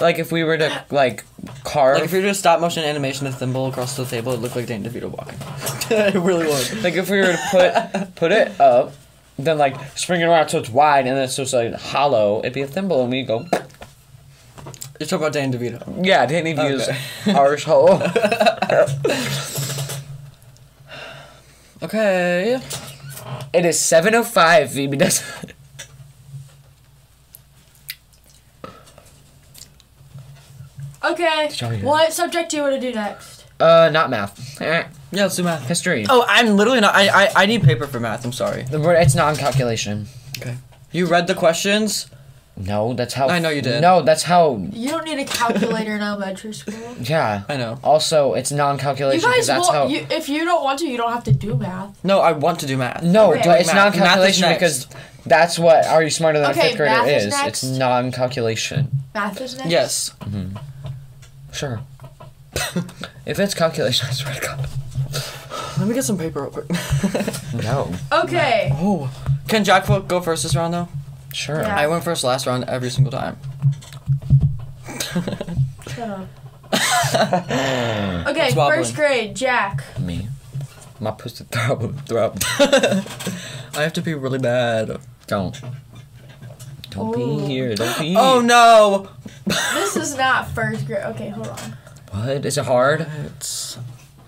A: a like if we were to like carve
B: Like if you do a stop motion animation of Thimble across the table, it looked like Danny DeVito walking. it really would.
A: Like if we were to put put it up, then like spring it around so it's wide and then so it's like hollow, it'd be a thimble and we go
B: You're talking about Danny DeVito.
A: Yeah, Danny views
B: Okay.
A: Irish hole.
B: Okay.
A: It is seven oh five, Phoebe does
D: Okay.
A: Shall we-
D: What subject do you want to do next?
A: Uh not math. Eh,
B: Yeah, let's do math.
A: History.
B: Oh, I'm literally not. I, I, I need paper for math. I'm sorry.
A: The word it's not in calculation.
B: Okay. You read the questions.
A: No, that's how
B: I know you did.
A: No, that's how
D: You don't need a calculator in elementary school.
A: yeah.
B: I know.
A: Also, it's
D: You
A: non-calculation. 'cause
D: guys,
A: that's
D: will,
A: how,
D: you, if you don't want to, you don't have to do math.
B: No, I want to do math.
A: No,
D: Okay.
A: do- it's
B: Math.
A: non-calculation
B: Math is
A: because that's what Are You Smarter Than
D: Okay,
A: a Fifth Grader
D: math is
A: is.
D: next.
A: It's non-calculation.
D: Math is next.
B: Yes.
A: Sure. if it's calculation, I swear to God.
B: Let me get some paper real quick.
A: No.
D: Okay.
B: oh. Can Jack fo- go first this round though?
A: Sure.
D: Yeah.
B: I went first last round every single time.
D: Shut up. okay,
B: It's wobbling.
D: first grade, Jack.
A: Me. My pussy throb throb.
B: I have to be really bad.
A: Don't. Don't
D: Oh.
A: be here. Don't be.
B: Oh no!
D: This is not first grade. Okay, hold on.
A: What? Is it hard?
B: It's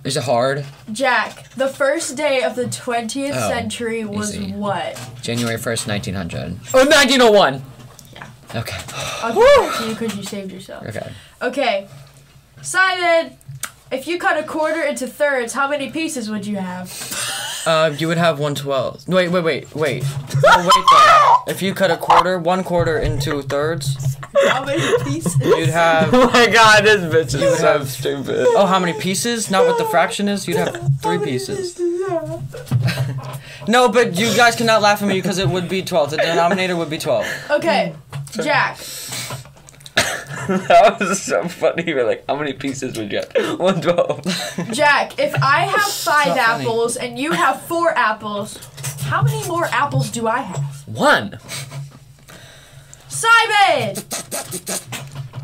A: Is it hard?
D: Jack, the first day of the 20th
A: Oh,
D: century was
A: easy.
D: what?
A: January 1st, 1900. Oh, 1901!
D: Yeah.
A: Okay.
D: I'll give it to you because you saved yourself.
A: Okay.
D: Okay. Simon, if you cut a quarter into thirds, how many pieces would you have?
B: uh, you would have one twelfth. Wait, wait, wait, wait. Oh, wait though. If you cut a quarter, one quarter into thirds,
D: How many pieces?
B: you'd have.
A: Oh my god, this bitch is
B: so
A: stupid.
B: Oh, how many pieces? Not what the fraction is. You'd have three pieces. No, but you guys cannot laugh at me because it would be twelve. The denominator would be twelve.
D: Okay, Jack.
A: That was so funny. You're like, how many pieces would you have? 112.
D: Jack, if I have five
B: not funny.
D: apples and you have four apples, how many more apples do I have?
A: One.
D: Simon!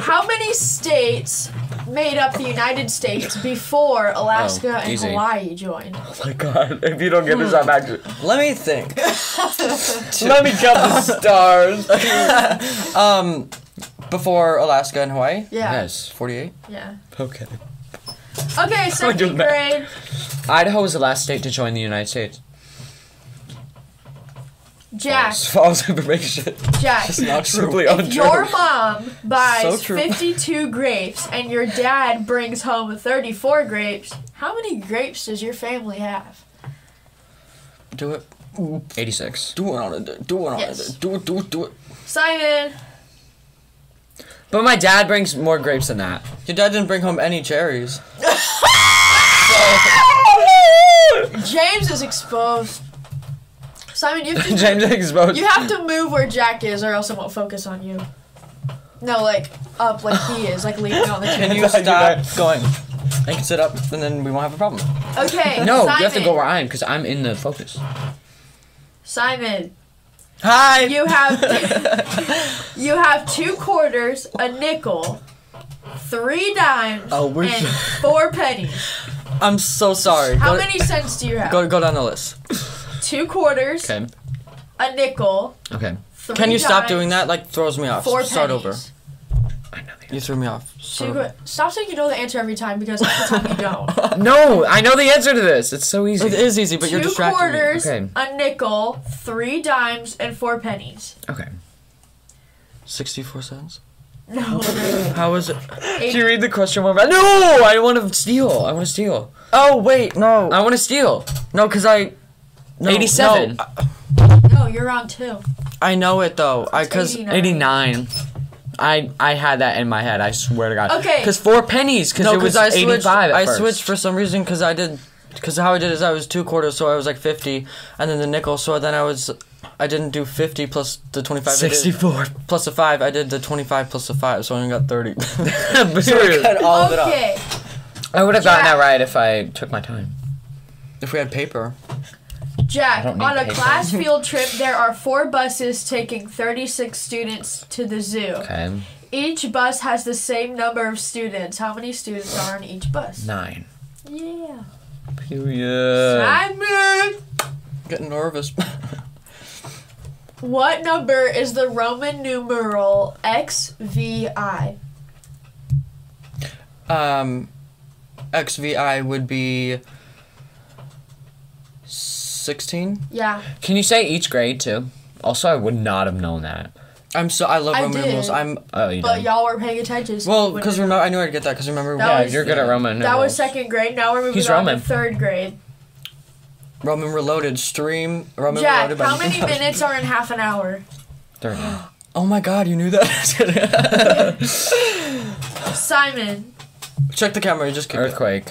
D: how many states made up the United States before Alaska
A: Oh,
D: and
A: easy.
D: Hawaii joined?
A: Oh my god, if you don't get this, I'm actually.
B: Let me think.
A: Let me count the stars.
B: Um, before Alaska and Hawaii,
D: Yeah.
A: Yes.
B: forty-eight.
D: Yeah.
A: Okay.
D: Okay, second
A: math.
D: grade.
A: Idaho was the last state to join the United States.
D: Jack,
A: It's false information.
D: Jack.
B: Not
A: Simply untrue.
D: Your mom buys
B: So true.
D: 52 grapes and your dad brings home 34 grapes. How many grapes does your family have?
B: Do it.
A: 86.
B: Do it on it. Do it on
D: Yes.
B: it. Do it. Do it. Do it.
D: Simon,
A: But my dad brings more grapes than that.
B: Your dad didn't bring home any cherries.
D: James is exposed. Simon, you have to,
A: James exposed.
D: you have to move where Jack is or else it won't focus on you. No, like up like he is, like leaning on the
B: Can
D: chair.
B: you stop going? I can sit up, and then we won't have a problem.
D: Okay.
A: no,
D: Simon,
A: you have to go where I am because I'm in the focus.
D: Simon,
B: Hi.
D: you have you have two quarters, a nickel, three dimes,
B: Oh, we're
D: and
B: so-
D: four pennies.
B: I'm so sorry.
D: How
B: go,
D: many cents do you have?
B: Go go down the list.
D: Two quarters,
A: Okay.
D: a nickel,
A: Okay.
D: three
B: Can you stop
D: dimes,
B: doing that? Like throws me off.
D: Four
B: Start
D: pennies.
B: over. You threw me off. Start
D: Two,
B: over.
D: qu- stop saying you know the answer every time because half the time you don't.
A: No, I know the answer to this. It's so
B: It
A: easy.
B: is easy, but you're
D: Two
B: distracting
D: quarters,
A: Okay.
D: a nickel, three dimes, and four pennies.
A: Okay.
B: me. Sixty-four cents.
D: No.
B: How is it?
A: Can you read the question more? about- No, I want to steal. I want to steal.
B: Oh wait, no,
A: I want to steal.
B: no, cause I. No,
A: 87.
B: no, I-
D: no, you're on two.
B: I know it though. I cause
D: 89.
A: Eighty-nine. I I had that in my head. I swear to God.
D: Okay.
A: Because four pennies. Because
B: No,
A: it was
B: because I
A: eighty
B: switched.
A: five.
B: I switched for some reason because I did. Because how I did is I was two quarters, so I was like fifty, and then the nickel, so then I was, I didn't do fifty plus the twenty five.
A: sixty four.
B: plus a five. I did the twenty five plus a five, so I only got thirty. all
D: Okay.
A: I would have gotten
D: Yeah.
A: that right if I took my time.
B: If we had paper,
D: Jack,
A: I don't
D: on
A: need
D: a
A: paper.
D: class field trip, there are four buses taking 36 students to the zoo.
A: Okay.
D: Each bus has the same number of students. How many students are on each bus?
A: Nine.
D: Yeah.
B: Uh,
A: Period.
D: Simon!
B: getting nervous.
D: What number is the Roman numeral XVI?
B: um, XVI would be sixteen.
D: Yeah.
A: Can you say each grade too? Also, I would not have known that.
B: I'm so I love
D: I
B: Roman
D: did.
B: numerals. I'm
A: Oh, you
D: But
A: did.
D: y'all were paying attention. so
B: well
D: you
B: because
D: wouldn't know.
B: remember I knew I'd get that because remember
D: That
A: Yeah,
D: was-
A: you're good at Roman
D: That was
A: numerals.
D: second grade. Now we're moving
A: He's
D: on
A: Roman.
D: to third grade.
B: Roman Reloaded stream Roman
D: Jack,
B: Reloaded. by-
D: how many minutes are in half an hour?
A: Thirteen.
B: Oh my God, you knew that.
D: Simon,
B: Check the camera. You just kicked it.
A: Earthquake.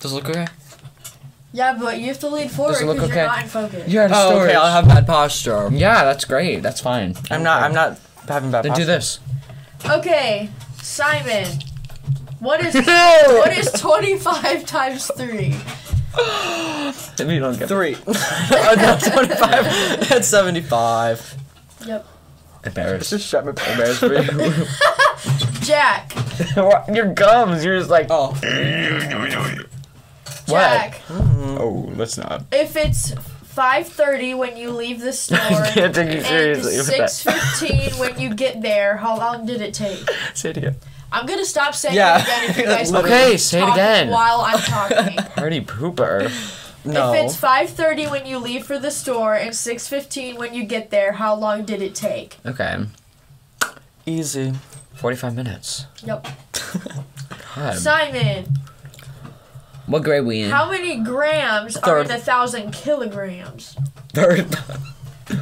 B: Does it look okay?
D: Yeah, but you have to lean forward
A: Does it look
D: because you're
A: okay?
D: not in focus.
A: You're out of
B: Oh,
A: storage.
B: okay. I'll have bad posture.
A: yeah, that's great. That's fine.
B: I'm not. I'm not having bad.
A: Then do
B: posture.
A: this.
D: Okay, Simon. What is what is 25 times 3?
A: If you don't get
B: Three. oh, no, 25. That's 75.
D: Yep.
A: embarrassed.
B: shut my
A: embarrassed for you.
D: Jack.
A: Your gums. You're just like.
B: Oh,
D: Jack.
A: Oh, that's not.
D: If it's 5:30 when you leave the store
A: Can't take you
D: and
A: seriously. with that.
D: 6:15 when you get there, how long did it take?
A: Say it again.
D: I'm going to stop saying
B: Yeah.
D: it again if you guys
B: Okay,
D: keep
A: say it
D: talking
A: again.
D: while I'm talking.
A: Party pooper.
B: no.
D: If it's 5:30 when you leave for the store and 6:15 when you get there, how long did it take?
A: Okay.
B: Easy.
A: 45 minutes.
D: Yep.
A: God.
D: Simon,
A: what grade we in?
D: how many grams are in
B: Third.
D: a thousand kilograms?
A: Third.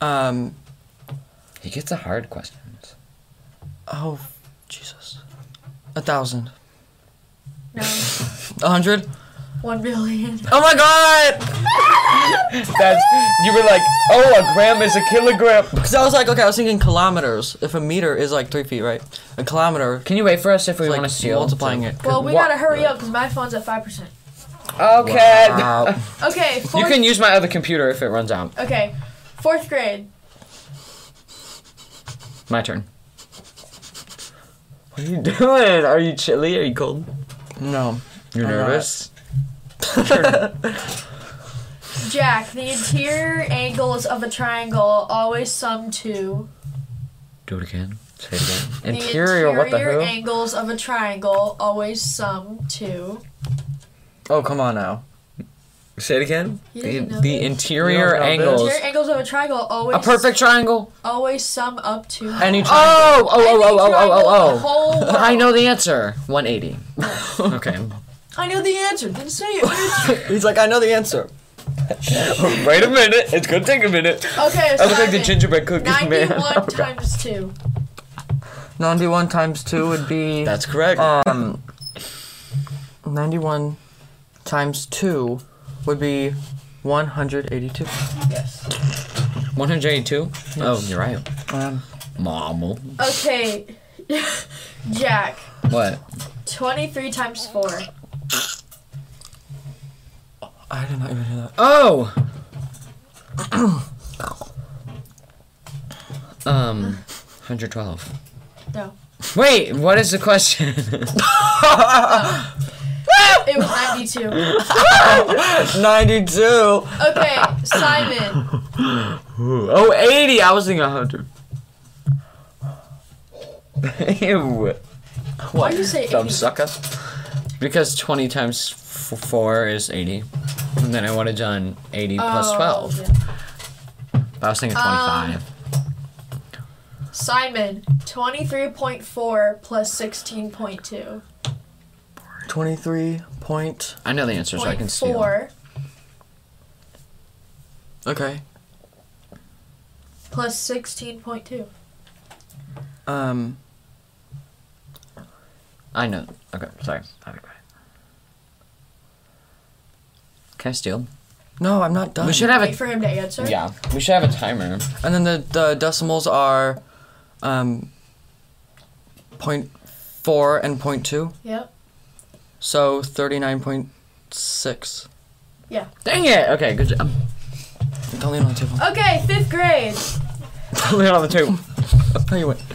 B: Um.
A: He gets the hard questions.
B: Oh, Jesus. A thousand. A
D: No,
B: hundred.
D: one million.
B: Oh my God.
A: That's you were like, oh, a gram is a kilogram.
B: Because I was like, okay, I was thinking kilometers. If a meter is like three feet, right? A kilometer.
A: Can you wait for us if we
B: Like
A: want to steal?
B: multiplying it.
D: Well, we
A: Wha-
D: gotta hurry up because my phone's at five percent.
A: Okay.
B: Wow.
A: You
D: Okay, fourth.
A: can use my other computer if it runs out.
D: okay, fourth grade.
A: My turn. What are you doing? Are you chilly? Are you cold?
B: no.
A: You're
B: I'm
A: nervous?
D: Jack, the interior angles of a triangle always sum to
A: Do it again. Say it
D: the
A: again. Interior, what the
D: interior
A: hell?
D: angles of a triangle always sum to.
B: Oh, come on now.
A: Say it again.
D: You
A: The,
D: didn't know
A: the
D: this?
B: You
A: interior
B: don't know
A: angles.
D: Interior angles of a triangle always
A: A perfect triangle?
D: always sum up to.
A: Oh,
B: Any time.
A: oh, oh, oh,
D: Any
A: oh,
D: triangle in the
A: oh, oh.
D: whole world.
A: I know the answer. 180. okay.
D: I know the answer. Then say it.
B: He's like, I know the answer.
A: Wait a minute. It's gonna take a minute.
D: Okay,
A: I look like the
D: Simon.
A: gingerbread cookies man.
D: 91 times 2.
B: 91 times 2 would be.
A: That's correct.
B: Um. 91 times 2 would be 182.
D: Yes.
A: 182? Oh, you're right.
B: Um,
A: Mom.
D: Okay. Jack,
A: What?
D: 23 times 4.
B: I did not even hear that.
A: Oh. um, 112.
D: No.
A: Wait, what is the question?
D: It was 92.
B: 92!
D: Okay, Simon.
A: oh, 80. I was thinking 100. Ew.
D: Why do you say 80?
A: Dumb sucker. Because 20 times f- 4 is 80. And then I would have done 80 plus
D: Oh, Um,
A: 12.
D: yeah.
A: But I was thinking 25.
D: Simon, 23.4 plus 16.2.
B: 23 point.
A: I know the answer, so I can
D: Point
A: steal.
D: 4
B: Okay.
D: plus 16.2.
B: Um,
A: I know. Okay, sorry. I'll be quiet. Can I steal?
B: no, I'm not done.
A: We should have
D: Um, Wait
A: a
D: for him to answer.
A: yeah. We should have a timer.
B: And then the, the decimals are um, 0.4 and 0.2,
D: Yep.
B: so 39.6.
D: Yeah.
A: Dang it! Okay, good job.
B: Don't lean on the table.
D: Okay, fifth grade.
A: Put it on the table.
B: No, you went.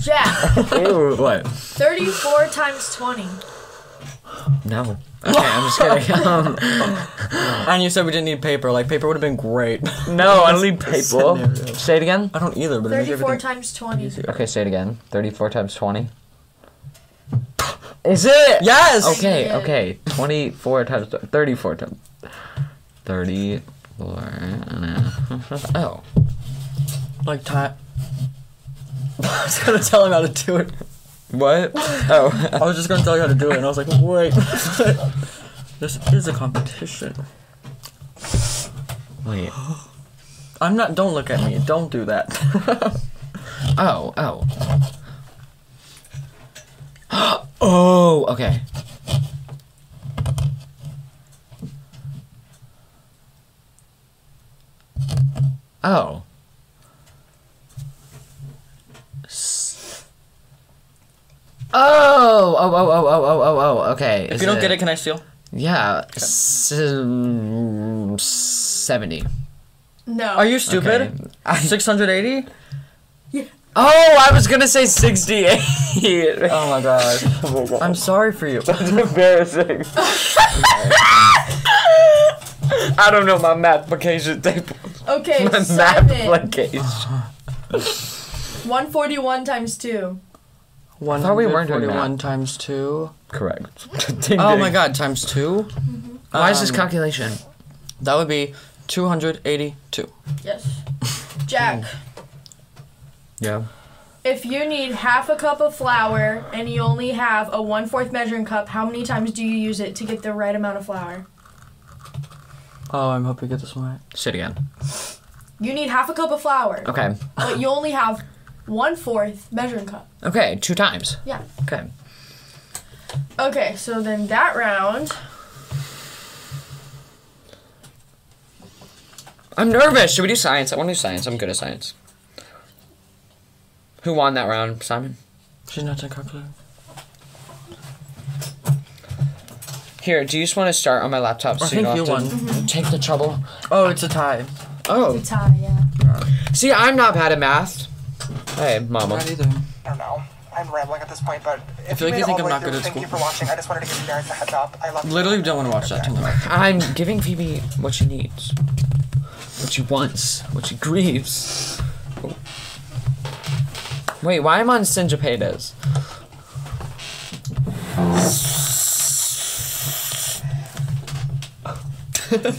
D: Jack.
A: Ooh, what?
D: 34 times 20.
A: No. Okay, I'm just kidding. Um,
B: And you said we didn't need paper. Like, paper would have been great.
A: no, I don't need paper.
B: Scenario.
A: Say it again.
B: I don't either, but it makes
D: 34
B: everything...
D: times 20.
A: Okay, say it again. Thirty-four times twenty. Is it?
B: Yes!
A: Okay,
D: Yeah.
A: okay. 24 times 34 times 34 and a- Oh.
B: Like, time. I was gonna tell him how to do it.
A: What?
B: I
A: Oh.
B: was just gonna tell you how to do it, and I was like, wait. this is a competition.
A: Wait.
B: I'm not. Don't look at me. Don't do that.
A: Oh, oh. oh, okay. Oh. S- Oh, oh, oh, oh, oh, oh, oh, oh, okay.
B: if you don't get it, can I steal?
A: Yeah, s- um, seventy.
D: No.
B: Are you stupid?
A: Okay.
B: 680?
A: Oh, I was gonna say sixty-eight.
B: Oh my god. I'm sorry for you.
A: That's embarrassing. I don't know my mathplication table.
D: Okay,
A: My
D: Simon.
A: mathplication.
D: 141 times 2.
B: One
A: thought we weren't doing that.
B: times two.
A: Correct.
B: Oh my god, times two?
A: Why is this
B: Um,
A: calculation?
B: That would be 282.
D: Yes.
B: Mm.
D: Jack,
A: Yeah.
D: if you need half a cup of flour and you only have a 1 4th measuring cup, how many times do you use it to get the right amount of flour?
B: Oh, I'm hoping you get this one right.
A: Sit again.
D: You need half a cup of flour,
A: Okay.
D: but you only have 1 4th measuring cup.
A: Okay. Two times.
D: Yeah.
A: Okay.
D: Okay, so then that round.
A: I'm nervous. Should we do science? I want to do science. I'm good at science. Who won that round, Simon?
B: She's not done calculating.
A: Here, do you just want to start on my laptop? So
B: I think
A: don't
B: you
A: have
B: won.
A: to Take the trouble.
B: Oh, it's a tie.
A: Oh,
D: Tie, yeah.
A: see, I'm not bad at math. Hey, mama.
B: Not either.
E: I don't know. I'm rambling at this point, but if
B: feel like
E: you
B: you
E: made it all
B: think
E: the
B: I'm
E: way
B: not
E: through,
B: good at
E: thank you for
B: school.
E: watching. I just wanted to give you parents a heads up. I love you.
B: Literally don't want to watch that too much.
A: I'm giving Phoebe what she needs, what she wants, what she grieves. Oh. Wait, why am I on syngipatas?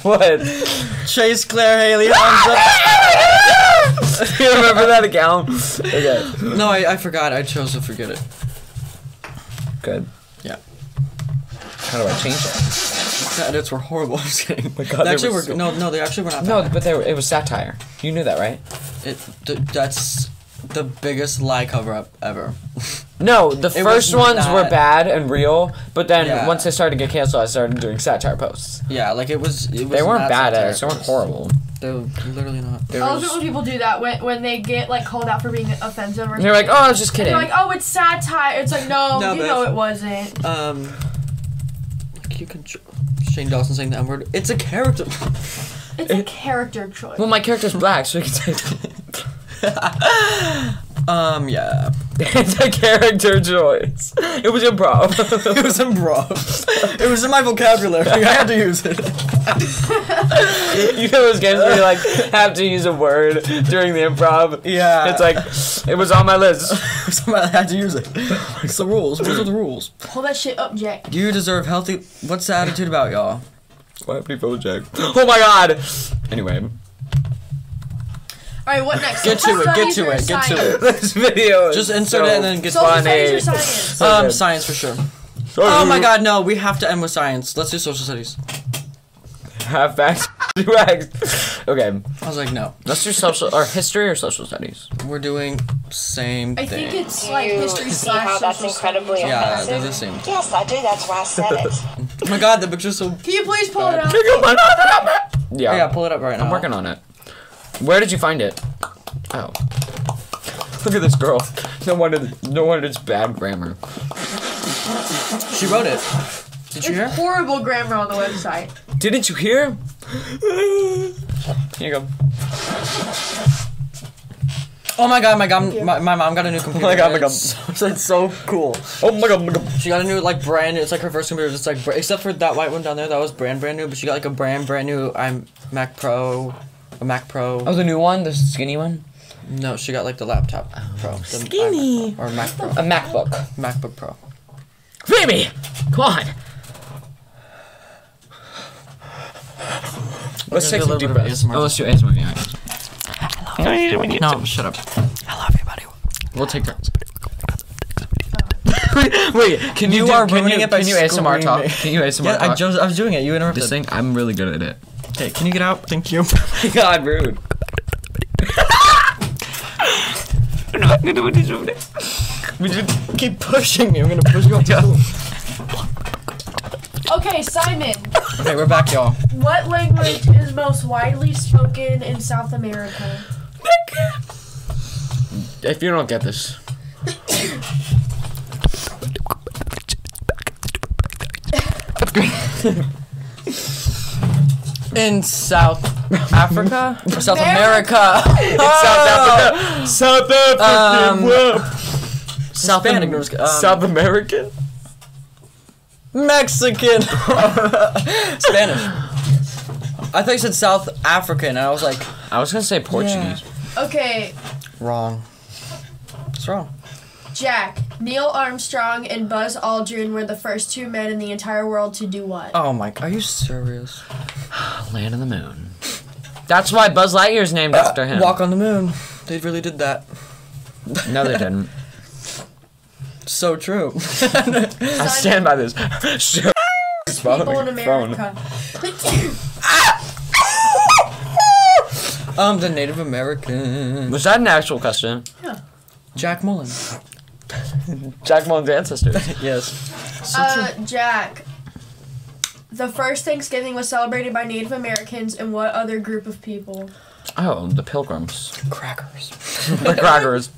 A: what?
B: Chase Claire Haley Hamza.
A: you remember that account? Okay,
B: no, I, I forgot. I chose to forget it.
A: good.
B: Yeah.
A: How do I change that?
B: The edits were horrible. I'm just kidding.
A: my God,
B: They
A: they
B: actually,
A: were
B: were,
A: so-
B: no, no, they actually were not.
A: No, but there, it was satire. You knew that, right?
B: It, th- that's the biggest lie cover up ever.
A: No, the
B: was
A: first ones were
B: not-
A: bad and real, but then
B: Yeah.
A: once they started to get canceled, I started doing satire posts.
B: Yeah, like it was. It was
A: They weren't
B: not
A: bad at it. They
B: satire.
A: weren't horrible.
B: They were literally not. They
D: I
B: were
D: love it when Oh, people do that when, when they get like called out for being offensive or
A: And You're like, oh, I was just
D: And
A: kidding.
D: they're like, oh, it's satire. It's like, no,
B: No,
D: you
B: but
D: know
B: if-
D: it wasn't.
B: um, like you can. tr- Shane Dawson saying the N word. It's a character.
D: It's a character choice.
A: well, my character's black, so we can take
B: Um, yeah.
A: it's a character choice. It was improv.
B: It was in bra. it was in my vocabulary. I had to use it.
A: you know those games where you like have to use a word during the improv.
B: Yeah.
A: It's like it was on my list.
B: Somebody had to use it. It's the rules. Rules are the rules.
D: Pull that shit up, Jack.
B: You deserve healthy. What's the attitude about y'all?
A: Why happy BoJack? Oh my god. Anyway,
D: All right, what next?
B: Get to
D: Social
B: it, get
D: studies
B: to
D: or
B: it, get to
D: science?
B: it.
A: this video. is
B: Just
A: so
B: insert it and then get
D: Social
A: Funny.
D: studies or science?
A: So
B: Um,
A: good.
B: science for sure. Oh my god, no, we have to end with science. Let's do social studies.
A: Half facts, two acts. Okay,
B: I was like, no,
A: let's do social or history or social studies.
B: we're doing same
D: I
B: thing.
D: think it's like
C: You
D: history
C: see how
D: slash
C: that's
D: social
C: incredibly
D: studies.
B: yeah,
C: offensive?
B: they're the same.
C: Yes, I do. That's why I said it.
B: Oh my god, the picture's so.
D: Can you please pull it up?
A: Yeah,
B: Yeah, pull it up right now.
A: I'm working on it. Where did you find it? Oh, look at this girl. No wonder, no wonder it's bad grammar.
B: She wrote it. Did you hear?
D: There's horrible grammar on the website.
A: Didn't you hear? Here you go.
B: Oh my god, my god, my, my mom got a new computer.
A: Oh my God, my
B: and It's, so, it's so cool.
A: Oh my god. My god.
B: She got a new like brand. It's like her first computer. It's like br- except for that white one down there, that was brand brand new. But she got like a brand brand new I'm Mac Pro, a Mac Pro.
A: Oh, the new one, the skinny one,
B: No, she got like the laptop Pro, the
A: Skinny. Oh.
B: iMac Pro, or Mac Pro,
A: a MacBook.
B: MacBook Pro.
A: Baby, come on. Let's
B: We're
A: take some
B: gonna do a
A: deep
B: little bit of
A: breaths.
B: ASMR.
A: Oh, let's do ASMR. Yeah.
B: No, shut up.
A: We'll take turns. Wait, can you,
B: You
A: do-
B: are
A: can
B: ruining
A: you,
B: it by
A: can you ASMR talk?
B: screaming.
A: Can you ASMR
B: Yeah,
A: talk?
B: I, just, I was doing it. You interrupted.
A: this thing, I'm really good at it.
B: Okay, can you get out? Thank you.
A: God, rude.
B: we just keep pushing me. I'm gonna push you. okay,
D: Okay, Simon.
B: we're back, y'all.
D: What language is most widely spoken in South America?
A: If you don't get this,
B: In South Africa, Or South
D: America.
B: America.
A: South
B: Um,
A: African.
B: South
A: Hispanic,
B: Am-
A: no, South American.
B: Mexican. Spanish. I thought you said South African, and I was like,
A: I was gonna say Portuguese.
D: Okay,
B: wrong. It's wrong.
D: Jack. Neil Armstrong and Buzz Aldrin were the first two men in the entire world to do what?
B: Oh my, are you serious?
A: Land on the moon. That's why Buzz Lightyear's named after him.
B: Walk on the moon. They really did that.
A: no, they didn't.
B: So true.
A: I stand by this. Sure.
D: People in America.
B: um, the Native American.
A: Was that an actual question?
B: Jack Mullen.
A: Jack Mullen's ancestor.
B: Yes. So
D: uh, Jack. The first Thanksgiving was celebrated by Native Americans and what other group of people?
A: oh, the Pilgrims.
B: true. Crackers.
A: The Crackers.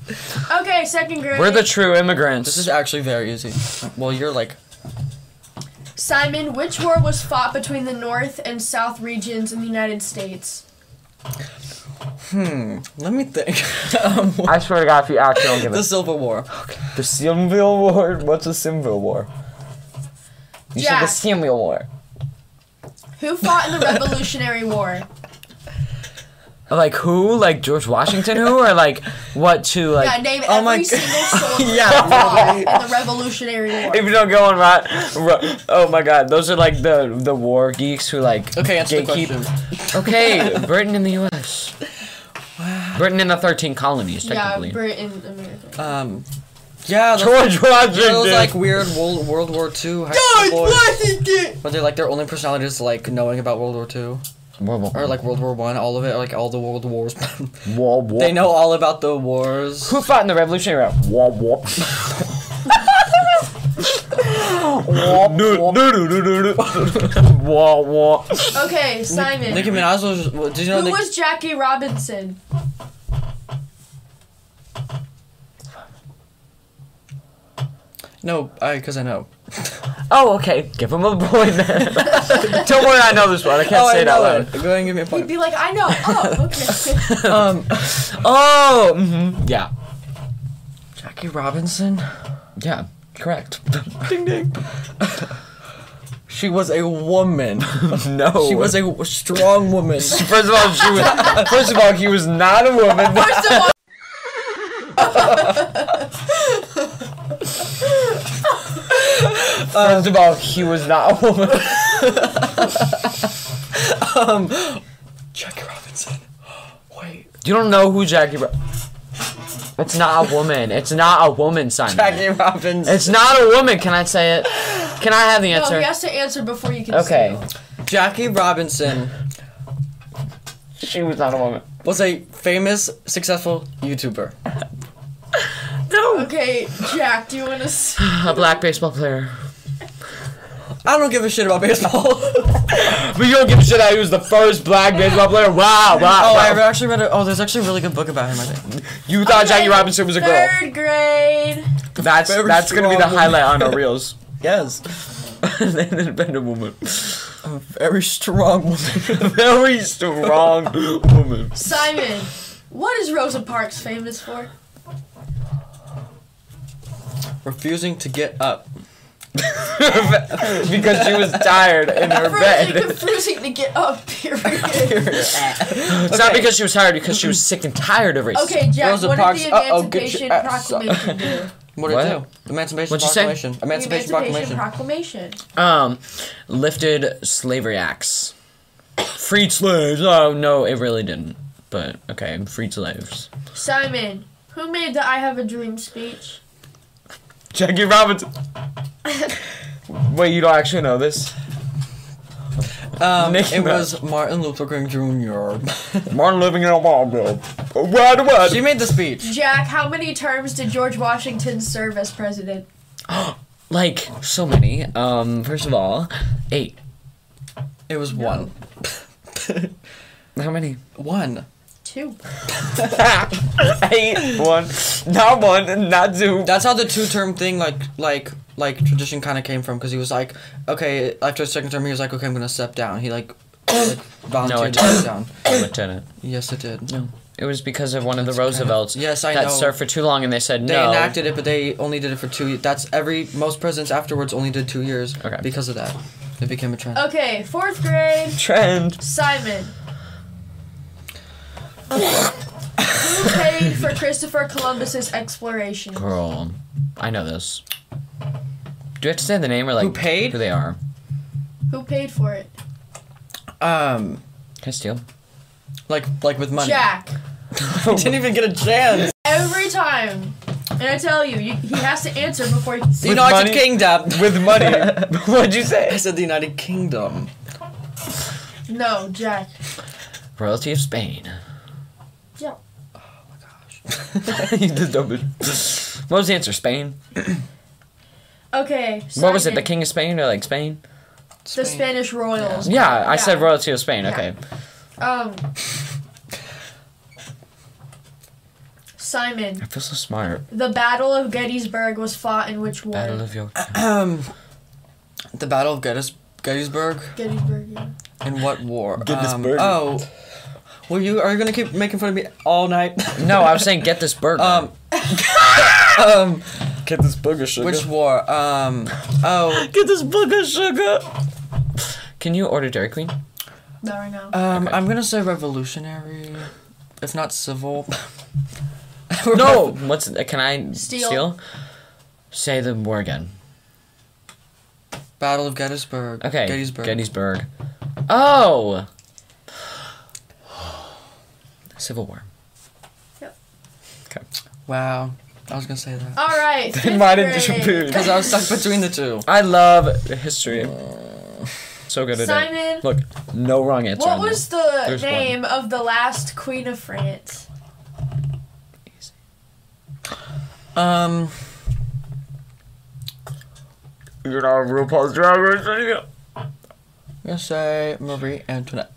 D: Okay, second grade.
A: We're the true immigrants.
B: This is actually very easy. Well, you're like,
D: Simon, which war was fought between the North and South regions in the United States?
B: let me think. um,
A: I swear to God, if you actually don't give
B: the
A: it.
B: Civil War.
A: The Simville War? What's a Simville War? You
D: Jack.
A: said the Simville War.
D: Who fought in the Revolutionary War?
A: Like who? Like George Washington who? Or like what to like.
D: Yeah, name
B: Oh
D: every
B: my
D: single soldier
B: Yeah.
D: that fought in the Revolutionary War.
A: If you don't go on right, right, oh my God, those are like the the war geeks who like
B: Okay, answer the
A: gatekeep-
B: question.
A: Okay, Britain and the U.S. Britain and the thirteen colonies,
D: Yeah,
A: technically.
D: Britain, America.
B: Um, yeah. the-
A: George
B: It
A: Washington.
B: was like weird World, World War II high school boys.
A: Washington.
B: But they like their only personality is like knowing about World War II or like World War One, all of it, like all the World Wars.
A: World War.
B: they know all about the wars.
A: who fought in the Revolutionary War. War. War. War. War.
D: Okay, Simon.
B: Nicki Minaj was. well, Did you know?
D: Who
B: Nick,
D: was Jackie Robinson?
B: no, I because I know.
A: Oh, okay. Give him a point then. Don't worry, I know this one. I can't
B: Oh, I
A: say it out
B: know
A: loud.
B: Go ahead and give me a
D: He'd
B: point.
D: be like, I know. Oh, okay.
B: Um,
A: Oh, hmm yeah,
B: Jackie Robinson.
A: yeah, correct.
B: Ding ding. she was a woman.
A: no,
B: She was a strong woman.
A: First of all, she was. First of all, he was not a woman.
D: First of all,
A: First of all, he was not a woman.
B: Jackie Robinson. Wait.
A: You don't know who Jackie. Bro- it's not a woman. It's not a woman, Simon.
B: Jackie Robinson.
A: It's not a woman. Can I say it? Can I have the
D: no,
A: answer?
D: he has to answer before you can
A: Okay.
D: steal.
B: Jackie Robinson She was not a woman. Was a famous, successful YouTuber.
D: Okay, Jack, do you want to? S-
A: A black baseball player.
B: I don't give a shit about baseball.
A: But you don't give a shit out he was the first black baseball player. Wow, wow.
B: oh, I
A: wow.
B: actually read it. Oh, there's actually a really good book about him. I think.
A: You thought Jackie Robinson was a girl.
D: Third grade.
A: That's
B: Very
A: that's gonna be the
B: strong woman.
A: highlight on our reels.
B: Yes,
A: An independent woman.
B: a very strong woman.
A: Very strong woman.
D: Simon, what is Rosa Parks famous for?
B: Refusing to get up.
A: because she was tired in her
D: Refusing,
A: bed.
D: refusing to get up. Period.
A: It's not because she was tired, because she was sick and tired of racism.
D: Okay, Jack,
B: Rosa
D: what
B: Parks-
D: did the
B: uh-oh, Ah, get
D: Emancipation
B: your ass up.
D: Proclamation do?
B: What did it
A: What?
B: do? Emancipation
A: What'd you say?
B: Proclamation. Emancipation,
D: Emancipation
B: Proclamation.
D: Proclamation.
A: Um, lifted slavery acts. Freed slaves. Oh no, it really didn't. But okay, freed slaves.
D: Simon, who made the I Have a Dream speech?
A: Jackie Robinson. Wait, you don't actually know this?
B: um,
A: Nicki
B: it
A: Minaj.
B: was Martin Luther King Jr.
A: Martin living in a bomb bill. What what?
B: she made the speech.
D: Jack, how many terms did George Washington serve as president?
A: Like so many. Um, first of all, eight.
B: It was one.
A: How many?
B: One.
D: Two.
A: eight. One. Not one. Not two.
B: That's how the two-term thing, like, like, like tradition kind of came from, because he was like, okay, after his second term, he was like, okay, I'm gonna step down. He like, like volunteered to
A: didn't.
B: step down.
A: Lieutenant.
B: Yes, it did.
A: No. It was because of one of the Roosevelts
B: Yes, I
A: that
B: know.
A: served for too long, and they said
B: They
A: no.
B: enacted it, but they only did it for two. ye- That's every most presidents afterwards only did two years.
A: Okay.
B: Because of that, it became a trend.
D: Okay, fourth grade.
A: trend.
D: Simon. Who paid for Christopher Columbus's exploration?
A: Girl, I know this. Do I have to say the name or like
B: Who paid?
A: Who they are?
D: Who paid for it?
B: Um,
A: Can I steal?
B: like, like with money.
D: Jack.
B: Didn't even get a chance.
D: Every time. And I tell you, you he has to answer before he can
B: The
D: see.
A: With
B: United
A: money?
B: Kingdom.
A: With money. What'd you
B: I
A: say?
B: said the United Kingdom.
D: No, Jack.
A: Royalty of Spain.
D: Yeah.
A: Oh, the dumbest. What was the answer? Spain.
D: Okay.
A: What was it? The
D: Simon,
A: King of Spain or like Spain?
D: The Spanish royals.
A: Yeah, I said
D: Yeah.
A: royalty of Spain. Okay.
D: Um. Simon,
A: I feel so smart.
D: the Battle of Gettysburg was fought in which war?
A: Battle of York.
B: Um, the Battle of Gettys- Gettysburg.
D: Gettysburg. Yeah.
B: In what war? Um,
A: burger.
B: oh, well, you are you gonna keep making fun of me all night?
A: no, I was saying get this burger.
B: Um, um,
A: get this burger sugar.
B: which war? Um, oh,
A: Get this burger sugar. Can you order Dairy Queen?
D: Not right now.
B: um,
A: Okay.
B: I'm gonna say revolutionary, if not civil.
A: No. What's? uh, Can I
D: Steal.
A: steal? Say the war again.
B: Battle of Gettysburg.
A: Okay.
B: Gettysburg.
A: Gettysburg. Oh. Civil War.
B: wow, I was gonna say that
D: All right. fifth grade.
B: because I was stuck between the two.
A: I love history. So good at it.
D: Mm. Simon,
A: Look, no wrong answer.
D: what
A: on that.
D: was the
A: There's one.
D: name of the last queen of France?
B: Um,
A: You know, RuPaul's Drag Race video.
B: I'm gonna say Marie Antoinette.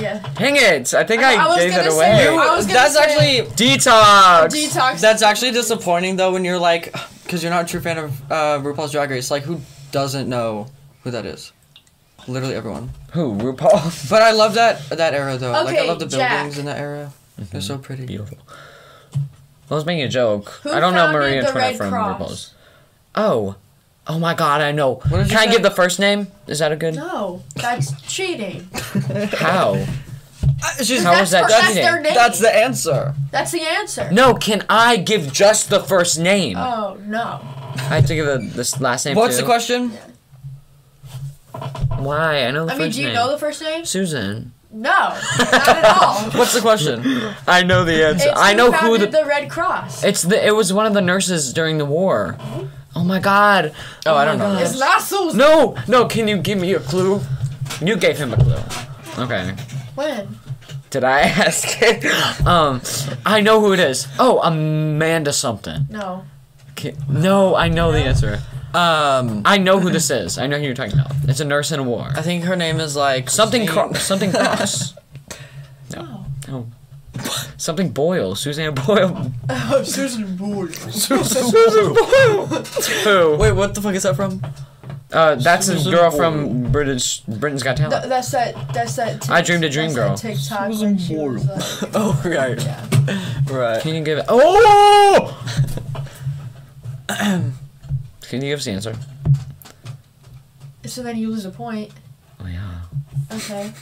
D: Yeah.
A: Hang it! I think I,
D: I was
A: gave
D: gonna
A: that away.
D: say you- I was gonna
B: That's
D: say-
B: actually
A: Detox.
D: Detox.
B: that's actually disappointing though when you're like, because you're not a true fan of uh, RuPaul's Drag Race. Like, who doesn't know who that is? Literally everyone.
A: Who? RuPaul.
B: But I love that that era though. like I
D: Okay,
B: love the
D: Jack.
B: buildings in that era. They're so pretty.
A: Mm-hmm. Beautiful. I was making a joke.
D: Who
A: I don't know
D: founded
A: Marie
D: the
A: Antoinette
D: Red
A: from
D: Cross?
A: RuPaul's. Oh. Oh my god, I know.
B: did
A: Can
B: you
A: I
B: say?
A: give the first name? Is that a good?
D: No, that's cheating.
A: How?
B: she's
A: How was that
D: That's
A: cheating?
D: their name.
B: That's the answer.
D: That's the answer.
A: No, can I give just the first name?
D: Oh no.
A: I have to give the this last name
B: What's
A: too.
B: the question?
A: Why? I know the
D: I
A: first
D: mean, do you
A: name.
D: know the first name?
A: Susan.
D: No, not at all.
B: What's the question?
A: I know the answer.
D: It's
A: I
D: who
A: know who
D: founded
A: the,
D: the Red Cross.
A: It's the it was one of the nurses during the war. Oh my god.
B: Oh, I
A: my
B: don't know
A: gosh.
B: this.
D: It's not Susan.
A: No, no, can you give me a clue? You gave him a clue. Okay.
D: When?
A: Did I ask it? Um, I know who it is. Oh, Amanda something.
D: No.
A: K- No, I know the answer.
B: Um,
A: I know who this is. I know who you're talking about. It's a nurse in war.
B: I think her name is like
A: Something
B: Christine-
A: cro- something cross.
D: Oh.
A: No. Oh. Something Boyle. Suzanne Boyle.
D: Oh, Susan Boyle.
A: Susan Boyle. Who?
B: Wait, what the fuck is that from?
A: Uh, that's a
B: Susan
A: girl
B: Boyle.
A: from British Britain's Got Talent.
D: Th- that's that. That's that. Tic-
A: I Dreamed a Dream
D: that's
A: Girl.
D: That TikTok when she was uh, like,
B: Oh right,
D: yeah.
B: right.
A: Can you give it? Oh! Can you give us the answer?
D: So then you lose a point.
A: Oh yeah.
D: Okay.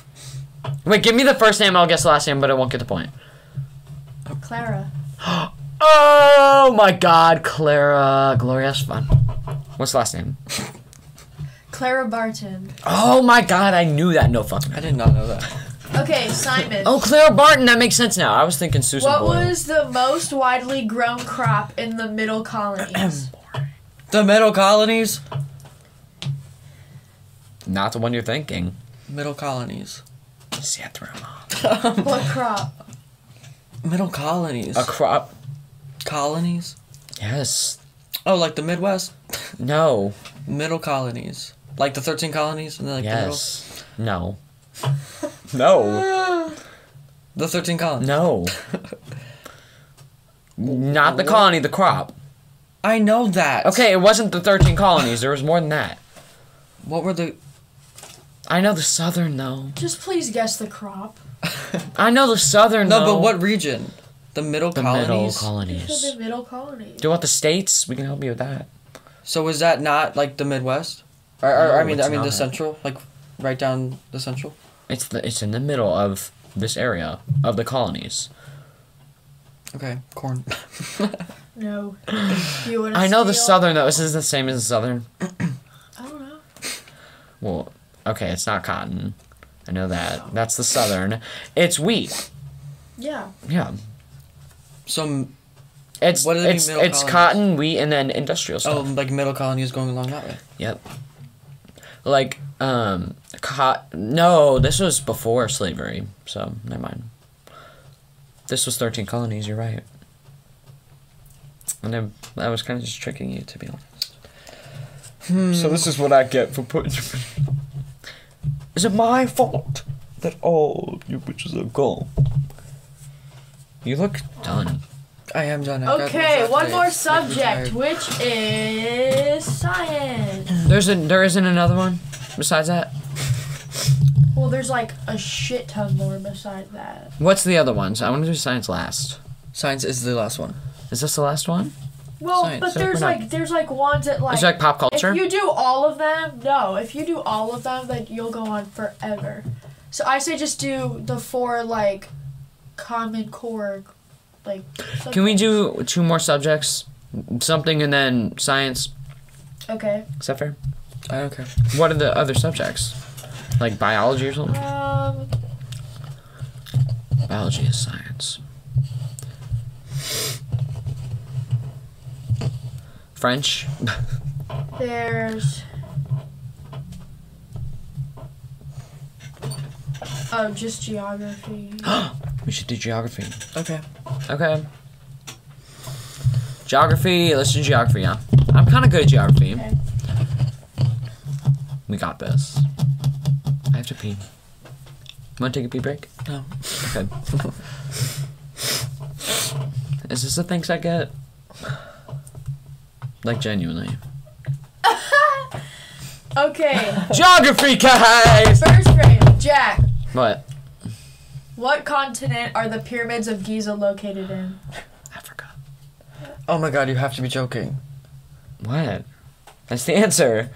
A: Wait, give me the first name. I'll guess the last name, but I won't get the point.
D: Clara.
A: Oh my God, Clara Gloria Estefan. What's the last name?
D: Clara Barton.
A: Oh my God, I knew that. No fucking.
B: I did not know that.
D: Okay, Simon.
A: Oh, Clara Barton. That makes sense now. I was thinking Susan
D: What
A: Boyle.
D: was the most widely grown crop in the middle colonies?
B: The middle colonies.
A: Not the one you're thinking.
B: Middle colonies.
A: Xanthroma.
D: what crop?
B: Middle colonies.
A: A crop.
B: colonies.
A: Yes.
B: Oh, like the Midwest.
A: No.
B: Middle colonies. Like the thirteen colonies and then like
A: yes. No. No.
B: the middle. The thirteen colonies.
A: No. Not the colony, the crop.
B: I know that.
A: Okay, it wasn't the 13 colonies. There was more than that.
B: What were the?
A: I know the southern, though.
D: Just please guess the crop.
A: I know the southern,
B: No,
A: though.
B: but what region? The middle
A: The middle
B: colonies.
D: For
A: colonies.
D: the middle colonies.
A: Do you want the states? We can help you with that.
B: so is that not like the Midwest? Or, or
A: No,
B: I mean, I
A: it's
B: mean the
A: not.
B: central, like right down the central.
A: It's the, It's in the middle of this area of the colonies.
B: Okay, corn.
D: No. Do you want
A: I know the southern, though. This is the same as the southern.
D: I don't know.
A: Well, okay, it's not cotton. I know that. That's the southern. It's wheat.
D: Yeah.
A: Yeah.
B: Some
A: It's
B: What do they mean,
A: it's
B: middle
A: it's
B: colonies?
A: cotton, wheat, and then industrial
B: oh,
A: stuff.
B: like middle colonies going along that way.
A: Yep. Like um, cot. No, this was before slavery, so never mind. This was thirteen colonies. You're right. And then I was kind of just tricking you, to be honest. So this is what I get for putting. is it my fault that all you bitches are gone? You look done.
B: I am done. I graduated
D: Okay,
B: from
D: one
B: today.
D: more
B: It's making me
D: subject,
B: tired.
D: which is science.
A: There's a there isn't another one besides that.
D: Well, there's like a shit ton more beside that.
A: What's the other ones? I want to do science last.
B: Science is the last one.
A: Is this the last one?
D: Well,
B: Science.
D: but
A: So
D: there's
A: we're not-
D: like there's like ones that like.
A: Is it like pop culture?
D: If you do all of them, no. If you do all of them, then you'll go on forever. So I say just do the four like common core, like.
A: Can we do two more subjects? Something and then science.
D: Okay.
A: Is that fair?
B: I don't care.
A: What are the other subjects? Like biology or something?
D: Um.
A: Biology is science. French.
D: There's. Oh, just geography.
A: we should do geography.
B: Okay.
A: Okay. Geography. Let's do geography now. I'm kind of good at geography.
D: Okay.
A: We got this. I have to pee. Want to take a pee break?
B: No.
A: Okay. Is this the things I get? Like genuinely.
D: Okay.
A: Geography, guys.
D: First grade, Jack.
A: What?
D: What continent are the pyramids of Giza located in?
A: Africa.
B: Oh my god, you have to be joking.
A: What? That's the answer.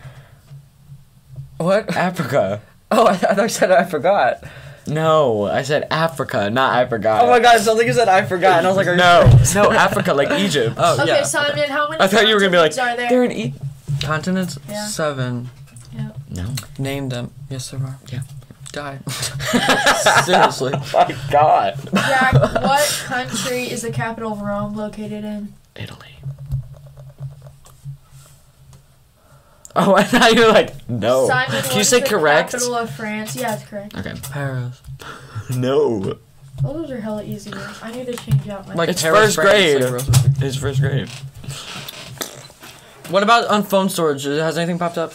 B: What?
A: Africa.
B: Oh, I, I thought you said I forgot.
A: No, I said Africa, not I forgot.
B: Oh my god, something you said I forgot, and I was like, are you
A: No, no, Africa, like Egypt.
B: Oh
D: Okay,
B: yeah.
D: Simon, how many
A: I thought you were gonna be like
D: continents are there?
A: they're in E.
B: Continents
D: Yeah.
B: seven.
A: No.
B: Name them. Yes, there are.
A: Yeah.
B: Die. Seriously.
A: My God.
D: Jack, what country is the capital of Rome located in?
A: Italy. Oh, and now you're like no.
D: Simon,
A: Can
D: what
A: Oh. you
D: is
A: say
D: the
A: correct?
D: Capital of France. Yeah, it's correct.
A: Okay.
B: Paris.
A: No.
D: Well, Oh, those are hella easy. ones. I need to change out my.
B: Like
F: It's
B: Harold
F: first
B: Brand,
F: grade.
B: it's like real-
F: It's first grade.
B: what about on phone storage? Has anything popped up?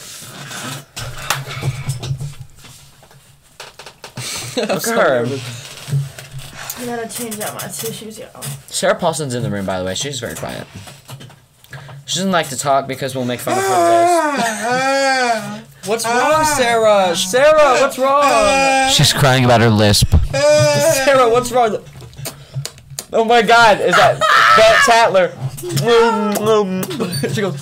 F: Of course.
D: I gotta change out my tissues, yo.
A: Sarah Paulson's in the room, by the way. She's very quiet. She doesn't like to talk because we'll make fun of her
B: What's wrong, Sarah? Sarah, what's wrong?
A: lisp. She's crying about her lisp.
B: Sarah, what's wrong? Oh my God, is that Mm, Bert Tatler? she goes.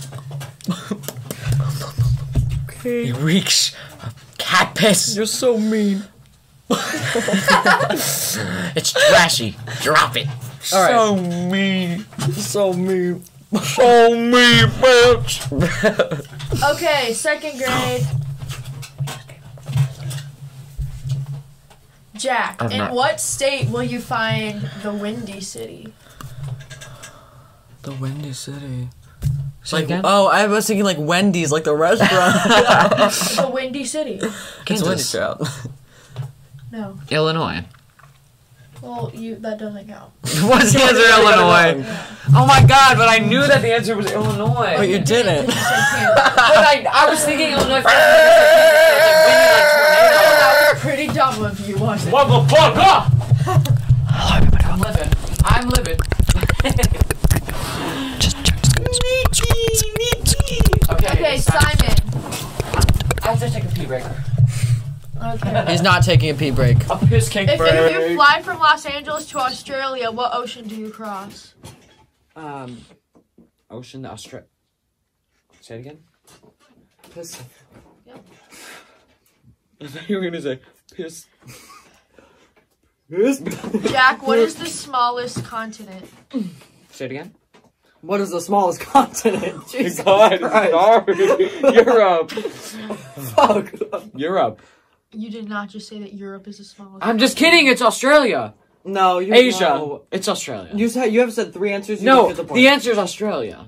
A: It reeks of cat piss.
B: You're so mean.
A: It's trashy. Drop it.
B: All right.
F: So mean.
B: So mean.
F: So mean, bitch.
D: Okay, second grade. Jack,
A: I'm
D: in
A: not-
D: what state will you find the Windy City?
B: The Windy City.
A: Say
B: Like,
A: again?
B: oh, I was thinking like Wendy's, like the restaurant.
D: The Windy City.
B: it's
A: Kansas.
B: Wendy's out.
D: No.
A: Illinois.
D: Well, you that doesn't count.
A: What's the answer, Illinois? Oh my god, but I knew that the answer was Illinois.
B: But you didn't.
D: You said Kansas.
A: But I, I was thinking Illinois. first because
D: that was pretty dumb of you, wasn't
A: it
D: it?
A: was windy like tornado. Motherfucker! Hello, everybody. I'm living. I'm living. okay,
D: Okay, Simon.
A: I have to take a pee break.
D: Okay.
B: He's not taking a pee break.
A: A piss cake
D: If,
A: break.
D: if you fly from Los Angeles to Australia, what ocean do you cross?
A: Um, ocean to Australia. Say it again. Piss.
D: Yep.
A: I thought you were gonna say piss. Piss.
D: Jack, what is the smallest continent?
A: Say it again.
F: What is the smallest continent? Jesus
A: God,
F: Christ.
A: sorry. Europe.
F: Fuck.
A: Europe.
D: You did not just say that Europe is the smallest.
A: I'm just kidding. It's Australia.
F: No, you
A: Asia.
F: no.
A: It's Australia.
F: You said you have said three answers. You
A: no,
F: didn't
A: the,
F: get the, point.
A: answer is Australia.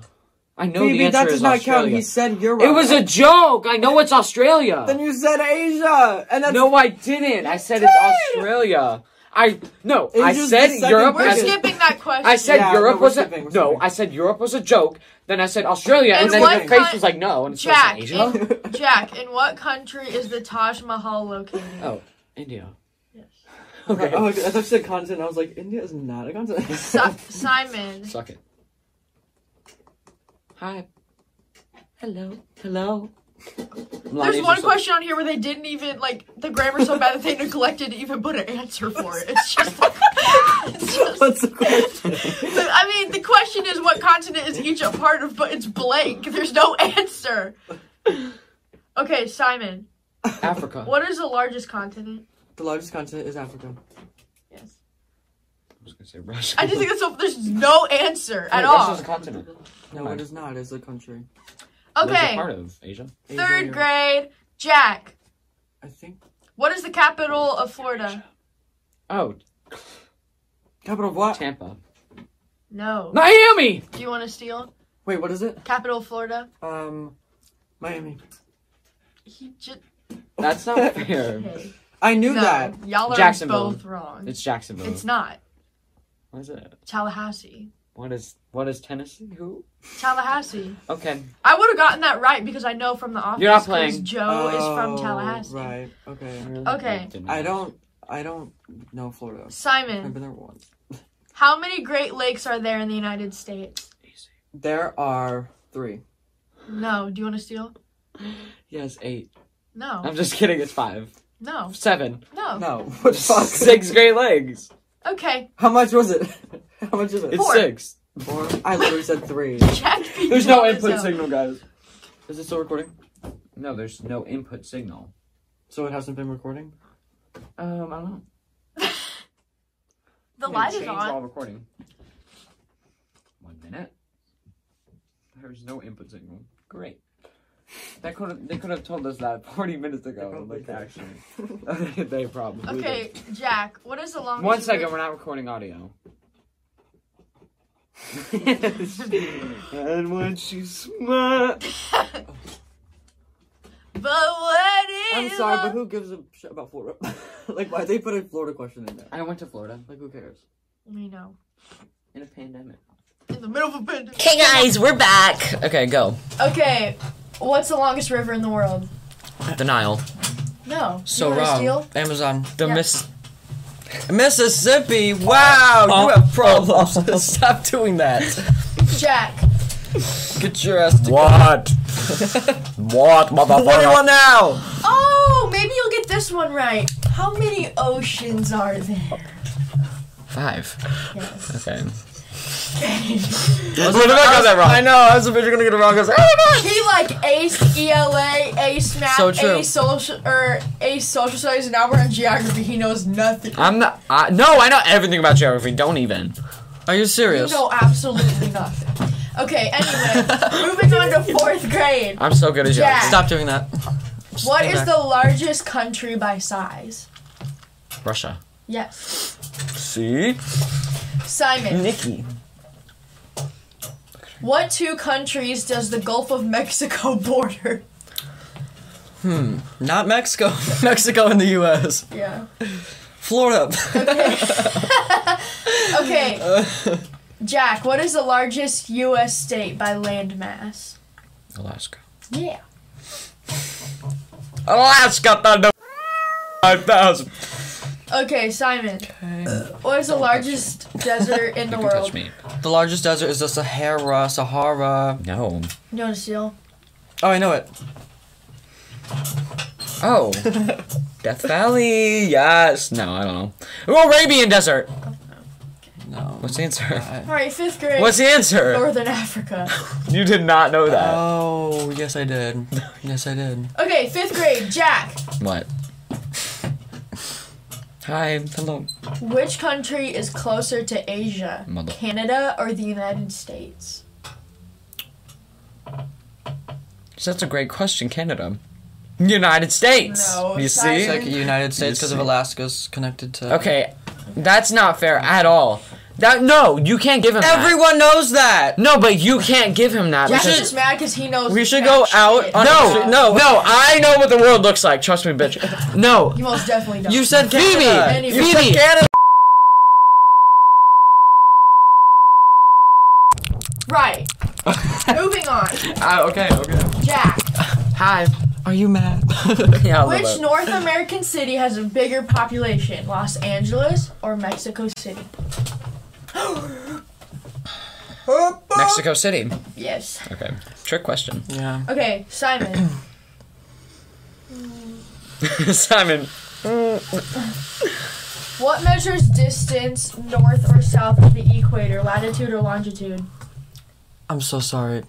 A: I know
F: Phoebe,
A: the answer
F: that does
A: is
F: not
A: Australia.
F: count. He said Europe.
A: it was a joke. I know it's Australia.
F: Then you said Asia, and that's
A: No, I didn't. I said it's Australia. I no. I
F: Asia's
A: said
F: the second
A: Europe.
D: We're
A: As,
F: biggest.
D: skipping that question.
A: I said
F: Yeah, no,
A: Europe
F: we're
A: was a
F: skipping, we're
A: no.
F: skipping.
A: I said Europe was a joke. Then I said Australia, and,
D: And
A: then
D: what
A: your face
D: con-
A: was like no, and it's supposed to
D: Jack,
A: be Asia.
D: in, Jack, in what country is the Taj Mahal located?
A: Oh, India.
D: Yes.
A: Okay.
F: Oh, I thought you said continent. I was like, India is not a continent.
D: Si- Simon,
A: Suck it. Hi. Hello. Hello.
D: there's one question on here where they didn't even like the grammar's so bad that they neglected to even put an answer for it. It's just. it's just-
F: What's the question?
D: the- I mean, the question is what continent is each a part of, but it's blank. There's no answer. Okay, Simon,
A: Africa.
D: what is the largest continent?
F: the largest continent is Africa.
D: Yes.
A: I was gonna say Russia.
D: I just think that's so. There's no answer at
A: Wait,
D: all.
A: Russia's a continent.
F: No, it is not. It's a country.
A: It's a
D: Okay,
A: part of Asia.
F: Asia,
D: third
F: Europe.
D: grade, Jack.
F: I think
D: What is the capital of Florida?
A: Oh,
F: capital of what?
A: Tampa.
D: No.
A: Miami.
D: Do you want to steal?
F: Wait, what is it?
D: Capital of Florida?
F: Um, Miami.
D: He just.
A: That's not fair.
D: Okay.
F: I knew
D: No,
F: that.
D: y'all are
A: Jacksonville.
D: both wrong. It's,
A: It's Jacksonville.
D: not.
A: What is it?
D: Tallahassee.
A: What is what is Tennessee? Who?
D: Tallahassee.
A: Okay.
D: I would have gotten that right because I know from the office.
A: You're not
D: 'cause
A: playing.
D: Joe is from
F: Oh,
D: Tallahassee.
F: Right. Okay.
D: Okay.
F: I don't. I don't know Florida. I've
D: Simon,
F: been there once.
D: how many Great Lakes are there in the United States?
F: There are three.
D: No. Do you want to steal?
A: Yes, eight.
D: No.
A: I'm just kidding. It's five,
D: No.
A: seven,
D: No.
F: No. What the fuck?
A: six Great Lakes.
D: Okay.
F: How much was it? How much is it?
A: It's
D: Four.
A: six.
F: Four. I literally said three.
D: Jack beat
A: There's no
D: Joe this
A: input
D: out.
A: signal, guys.
F: Is it still recording?
A: No, there's no input signal.
F: So it hasn't been recording.
A: Um, I don't know.
D: The
A: Yeah,
D: light is
A: change
D: on.
A: While recording. One minute. There's no input signal. Great. That could have, they could have told us that 40 minutes ago.
F: probably
A: Like
F: did.
A: actually, they probably.
D: Okay, Jack, what is the
A: did.
D: longest.
A: One second,
D: river-
A: we're not recording audio. and when she smiled.
D: But what is
F: I'm sorry, but who gives a shit about Florida? like, why they put a Florida question in there?
B: I went to Florida
F: Like, who cares?
D: We know.
B: in a pandemic.
D: In the middle of a pandemic.
A: Okay, guys, we're back. Okay, go.
D: Okay, what's the longest river in the world?
A: The Nile.
D: No.
B: So
D: you wanna
B: wrong.
D: Steal?
B: Amazon.
A: The
D: Yeah.
A: Miss.
B: Mississippi. Wow,
A: Oh.
B: you have problems. Stop doing that.
D: Jack.
B: Get your ass to
A: What? what, motherfucker?
B: 21 now.
D: Oh, maybe you'll get this one right. How many oceans are there?
A: Five.
D: Yes.
A: Okay.
B: I,
A: got that wrong.
B: I know. I was afraid you're gonna get it wrong. I was like, "Ah,
D: He like E ace ELA, ace math,
B: So true.
D: ace social or ace social studies, and now we're in geography. He knows nothing.
A: I'm not. I, no, I know everything about geography. Don't even.
B: no." Are you
D: You
B: serious?
D: know absolutely nothing. Okay, anyway, moving on to fourth grade.
A: I'm so good at
D: Yeah.
A: geography.
B: Stop doing that.
D: What is
B: back.
D: the largest country by size?
A: Russia.
D: Yes.
A: See?
D: Simon,
A: Nikki.
D: what two countries does the Gulf of Mexico border?
B: Not Mexico. Mexico and the U.S.
D: Yeah.
B: Florida.
D: Okay. Jack, what is the largest U.S. state by land mass?
A: Alaska.
D: Yeah.
A: Alaska Thunder. 5,000.
D: Okay, Simon. What is the largest desert in the
A: Don't touch
D: world?
A: me.
B: the largest desert is the Sahara. Sahara.
A: No.
D: You want to steal?
B: Oh, I know it.
A: Oh. Death Valley. Yes. No, I don't know. Oh, Arabian Desert.
B: No.
A: What's the answer?
D: All right, fifth grade.
A: What's the answer?
D: Northern Africa.
A: You did not know that.
B: Oh, yes, I did. Yes, I did.
D: Okay, fifth grade. Jack,
A: What? Hi. Hello.
D: which country is closer to Asia?
A: Mother-
D: Canada or the United States?
A: That's a great question, Canada. United States.
D: No,
A: You
D: it's
A: see?
B: It's like United States because of
A: see.
B: Alaska's connected to.
A: Okay, that's not fair at all. That no, you can't give him that.
B: Everyone knows that.
A: No, but you can't give him that.
D: Jack's
A: because-
D: just mad because he knows.
B: We should
D: that
B: go
D: shit.
B: out on
A: no, no, no. I know what the world looks like. Trust me, bitch. No,
D: You most definitely don't.
B: You said
A: Phoebe,
B: Canada.
D: Anyway.
B: You said
A: Phoebe.
B: Canada.
D: right. Moving on.
B: Ah, okay, okay.
D: Jack,
A: Hi.
B: Are you mad?
A: Yeah, a little
D: which
A: bit.
D: North American city has a bigger population, Los Angeles or Mexico City?
A: Mexico City.
D: Yes.
A: Okay, trick question.
B: yeah.
D: Okay, Simon.
A: Simon.
D: What measures distance north or south of the equator, latitude or longitude?
B: I'm so sorry.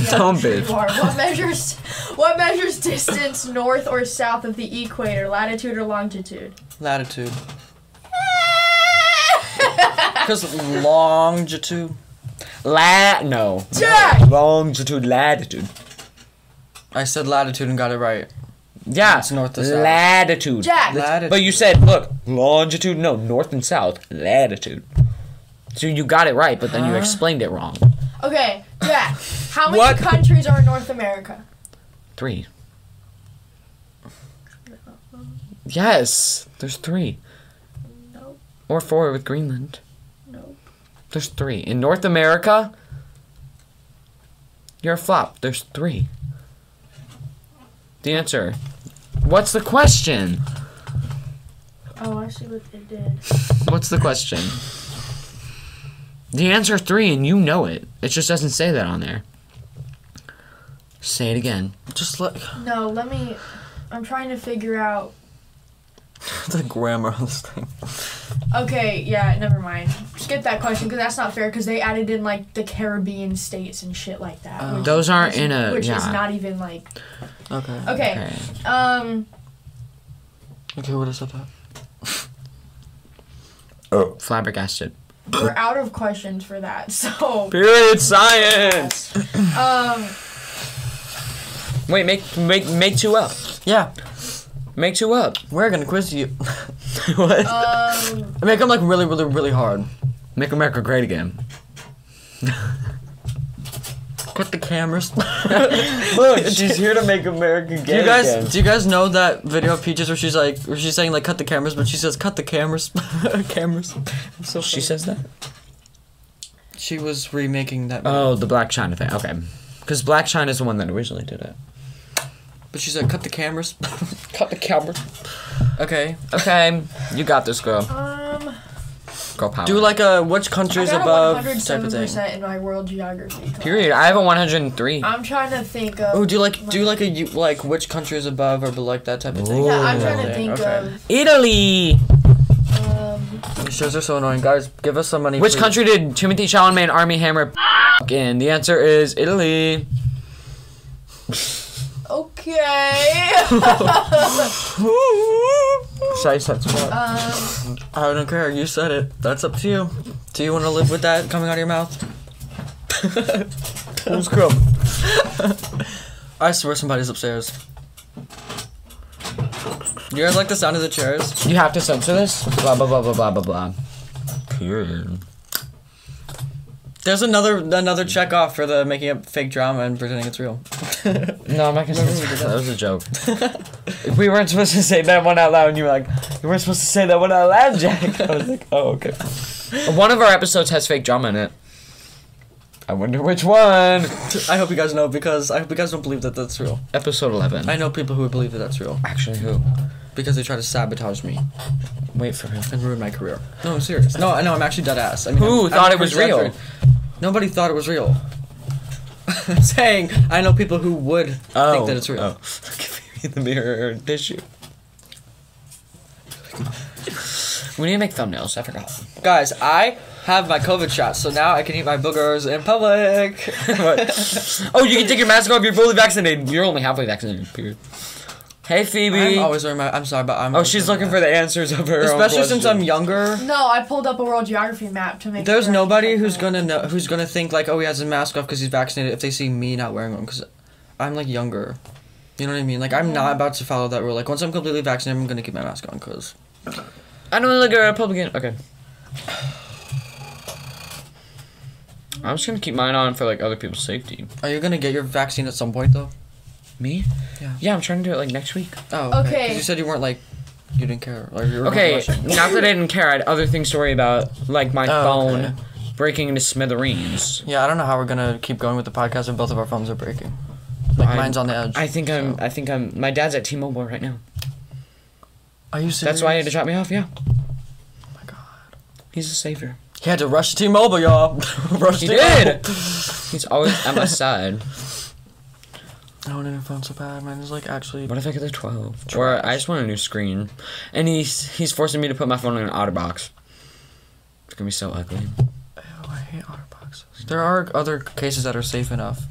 D: Yeah,
A: Don't
D: sure
A: be.
D: you are. What measures what measures distance north or south of the equator, latitude or longitude?
B: Latitude. Because longitude.
A: La no.
D: Jack!
A: Longitude, latitude.
B: I said latitude and got it right.
A: Yeah.
B: It's north to south.
A: Latitude.
D: Jack.
B: Latitude.
A: But you said, look, longitude. No, north and south. Latitude. So you got it right, but then you explained it wrong.
D: Okay, Jack. How many
A: What?
D: countries are in North America?
A: Three. Yes, there's three.
D: Nope.
A: Or four with Greenland.
D: Nope.
A: There's three. In North America, you're a flop. There's three. The answer. What's the question?
D: Oh, I see what they did.
A: What's the question? The answer is three, and you know it. It just doesn't say that on there. Say it again.
B: Just like
D: No, let me I'm trying to figure out
B: the grammar on this thing.
D: Okay, yeah, never mind. Skip that question because that's not fair because they added in like the Caribbean states and shit like that. which-
A: Those aren't in a-
D: which is
A: yeah.
D: not even like
B: Okay.
D: okay.
A: Okay.
D: Um
B: Okay, what is up? that?
A: Flabbergasted.
D: we're out of questions for that. So
A: Period science.
D: um
A: Wait, make make make two up.
B: Yeah,
A: Make two up.
B: we're gonna quiz you. what?
D: um
B: I make them like really, really, really hard.
A: Make America great again. quit the cameras.
B: Look, she's here to make America gay.
A: Do you guys do
B: you guys know that video of Peaches where she's like where she's saying like cut the cameras, but she says cut the cameras, cameras. So
A: She says that.
B: she was remaking that, movie,
A: Oh, the Black China thing. Okay, because Black China is the one that originally did it.
B: but she said cut the cameras.
A: Cut the camera.
B: okay,
A: Okay, you got this, girl.
D: Um,
A: Girl power.
B: do like a which
D: I
B: countries
D: got
B: above
D: a
B: type of thing.
D: 107% in my world geography. class.
A: Period. I have a 103.
D: I'm trying to think of.
B: Oh, do you like do you like a you- like which countries above or below like that type of thing?
D: Yeah, I'm trying to
B: Okay,
D: think
B: okay.
A: Italy.
D: of. Um,
B: These shows are so annoying, guys. Give us some money.
A: Which
B: please.
A: country did Timothy Chalamet and Army Hammer in? The answer is Italy.
D: okay.
B: Size that's what.
D: um,
B: I don't care. You said it. That's up to you. Do you want to live with that coming out of your mouth? Who's come? I swear somebody's upstairs. You guys like the sound of the chairs?
A: You have to censor this. Blah blah blah blah blah blah blah. Period.
B: There's another another check off for the making up fake drama and pretending it's real.
A: No, I'm not gonna censor
B: Remember we
A: that.
B: did
A: That was a joke.
B: We weren't supposed to say that one out loud, and you were like, "You weren't supposed to say that one out loud, Jack." I was like, "Oh, okay."
A: One of our episodes has fake drama in it. I wonder which one.
B: I hope you guys know because I hope you guys don't believe that that's real.
A: Episode 11.
B: I know people who believe that that's real
A: Actually, who?
B: because they try to sabotage me.
A: Wait for him.
B: and ruin my career. No, I'm serious. No, I know I'm actually dead ass. I mean,
A: Who
B: I'm-
A: thought
B: I'm
A: it was real?
B: exaggerating. Nobody thought it was real. I'm saying I know people who would
A: Oh,
B: think that it's real.
A: Give me the mirror and tissue. We need to make thumbnails. I forgot.
B: Guys, I have my COVID shot, so now I can eat my boogers in public.
A: oh, you can take your mask off. if You're fully vaccinated. You're only halfway vaccinated. Period. Hey, Phoebe.
B: I'm always wearing my. I'm sorry, but I'm.
A: oh, she's looking for the answers of her.
B: Especially since I'm younger.
D: no, I pulled up a world geography map to make.
B: There's
D: sure I
B: nobody
D: could
B: who's
D: find
B: gonna know who's gonna think like, oh, he has his mask off because he's vaccinated. If they see me not wearing one, because I'm like younger, you know what I mean. Like I'm not about to follow that rule. Like once I'm completely vaccinated, I'm gonna keep my mask on because
A: I don't look at a Republican. Okay. I'm just gonna keep mine on for like other people's safety.
B: Are you gonna get your vaccine at some point though?
A: Me?
B: Yeah.
A: Yeah, I'm trying to do it like next week.
B: Oh, okay.
D: Okay.
B: 'Cause you said you weren't like, you didn't care. Or you were
A: Okay,
B: Not rushing.
A: not that I didn't care. I had other things to worry about, like my
B: Oh,
A: phone
B: okay.
A: breaking into smithereens.
B: yeah, I don't know how we're gonna keep going with the podcast if both of our phones are breaking. Like
A: I'm-
B: mine's on the edge.
A: I think I'm. I think I'm. My dad's at T-Mobile right now.
B: Are you serious?
A: That's why he had to drop me off. Yeah.
B: Oh my god.
A: He's a savior.
B: He had to rush T-Mobile, y'all. rush
A: He
B: T-Mobile.
A: did. He's always at my side.
B: I wanted a phone so bad. Mine is like actually.
A: What if I get the 12? Or I just want a new screen. And he's he's forcing me to put my phone in an otter box. It's gonna be so ugly.
B: Oh, I hate otter boxes. There are other cases that are safe enough.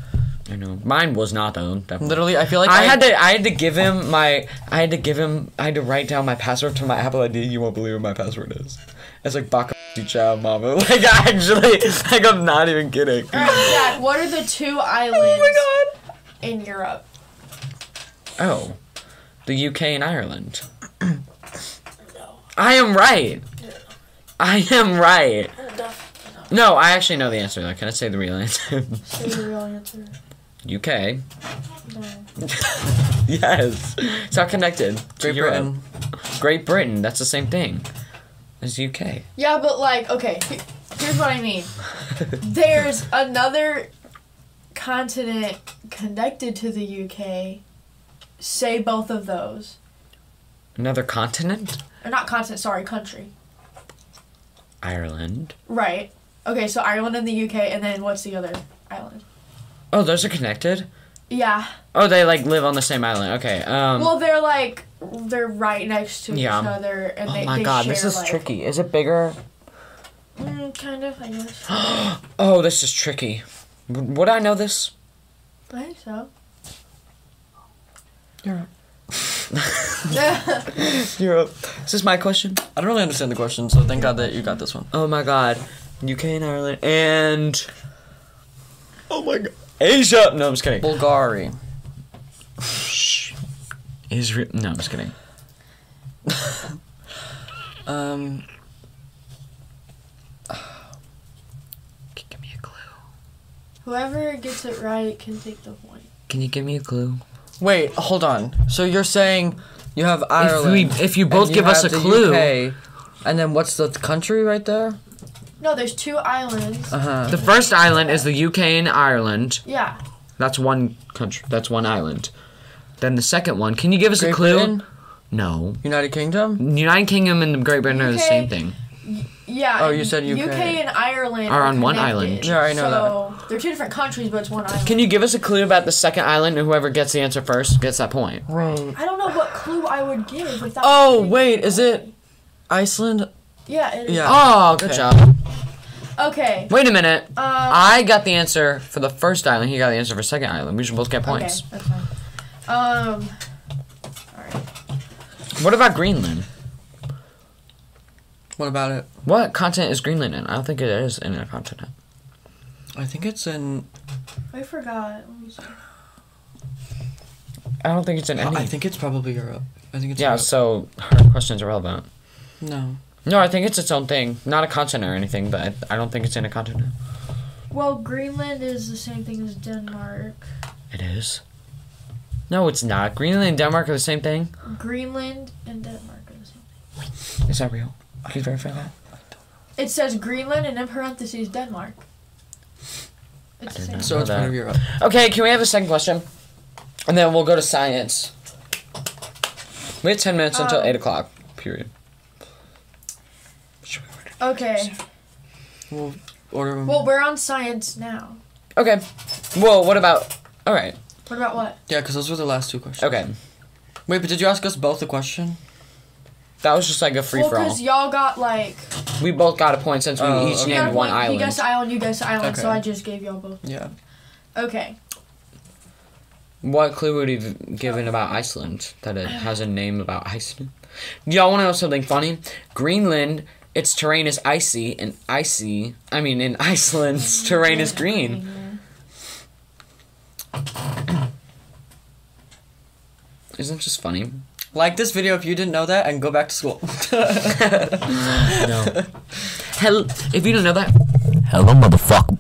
A: I know. Mine was not though. Definitely.
B: Literally, I feel like
A: I had to I had to give him my I had to give him I had to write down my password to my Apple ID. You won't believe what my password is. It's like baka child mama. Like actually, like I'm not even kidding.
D: All right, Jack. What are the
B: Oh
D: two islands in Europe?
A: Oh, the UK and Ireland. I am right. I am right. No, I actually know the answer though. Can I say the real answer?
D: Say the real answer.
A: UK.
D: No.
A: Yes. It's all connected.
B: Great
A: Europe.
B: Britain.
A: Great Britain. That's the same thing as UK.
D: Yeah, but like, okay, he- here's what I mean. There's another continent connected to the UK. Say both of those.
A: Another continent?
D: Or not continent, sorry, country.
A: Ireland.
D: Right. Okay, so Ireland and the UK, and then what's the other island?
A: Oh, those are connected?
D: Yeah.
A: Oh, they like live on the same island. Okay. Um
D: Well, they're like, they're right next to
A: Yeah.
D: each other, and they
A: Oh my
D: they
A: god,
D: share,
A: this is
D: like,
A: tricky. Is it bigger?
D: Mm, kind of, I guess.
A: Oh, this is tricky. W- Would I know this?
D: I think so.
B: Europe.
A: Europe. Is this my question?
B: I don't really understand the question, so thank God that you got this one.
A: Oh my god. UK and Ireland and Oh my god. Asia. No, I'm just kidding.
B: Bulgari.
A: Israel. No, I'm just kidding.
B: Um,
A: Give me a clue.
D: Whoever gets it right can take the point.
A: Can you give me a clue?
B: Wait, hold on. So you're saying you have Ireland.
A: if you both
B: and
A: give us
B: have
A: a
B: the
A: clue.
B: UK, and then what's the country right there?
D: No, there's two islands.
B: Uh huh.
A: The first island is the UK and Ireland.
D: Yeah.
A: That's one country. That's one island. Then the second one. Can you give us a
B: Great
A: clue?
B: Britain?
A: No.
B: United Kingdom?
A: United Kingdom and Great Britain are the
D: UK.
A: same thing.
D: Yeah.
B: Oh,
D: and
B: you said UK.
D: UK and Ireland
A: Are on one
D: connected.
A: island.
B: Yeah, I know
D: so They're two different countries, but it's one island.
A: Can you give us a clue about the second island and whoever gets the answer first gets that point?
B: Wait.
D: I don't know what clue I would give without.
B: Oh, wait, is it Iceland?
D: Yeah. It is.
B: Yeah.
A: Oh, good
B: Okay.
A: job.
D: Okay.
A: Wait a minute.
D: Um,
A: I got the answer for the first island. He got the answer for second island. We should both get
D: okay,
A: points.
D: that's fine. Um. All right.
A: What about Greenland?
B: What about it?
A: What continent is Greenland in? I don't think it is in a continent.
B: I think it's in.
D: I forgot. Let me see.
A: Oh, I don't think it's in any.
B: I think it's probably Europe. I think it's
A: yeah,
B: Europe.
A: so her question's irrelevant.
B: No.
A: No, I think it's its own thing. Not a continent or anything, but I, I don't think it's in a continent.
D: Well, Greenland is the same thing as Denmark.
A: It is. No, it's not. Greenland and Denmark are the same thing.
D: Greenland and Denmark are the same.
A: Is that real? Can you verify that?
D: It says Greenland and in parentheses Denmark. It's the
A: didn't
D: same.
A: know.
B: So it's part of Europe.
A: Okay, can we have a second question? And then we'll go to science. We have 10 minutes until
D: Um,
A: 8 o'clock, period.
D: Okay.
B: We'll order them.
D: Well, we're on science now.
A: Okay. Well, what about. Alright.
D: What about what?
B: yeah, because those were the last two questions.
A: Okay.
B: Wait, but did you ask us both the question?
A: That was just like a free
D: well,
A: for all.
D: because y'all got like
A: We both got a point since we
B: Oh,
A: each
B: okay.
D: you got
A: named
D: a
A: one
D: point.
A: island.
D: You guessed island. You guessed island. So
B: Okay.
D: I just gave y'all both.
B: Yeah.
D: Okay.
A: What clue would you have given about Iceland? That it has a name about Iceland? Y'all want to know something funny? Greenland, its terrain is icy, and icy, I mean, in Iceland's terrain is green. Isn't it just funny?
B: Like this video if you didn't know that and go back to school.
A: No. Hell, if you don't know that. Hello, motherfucker.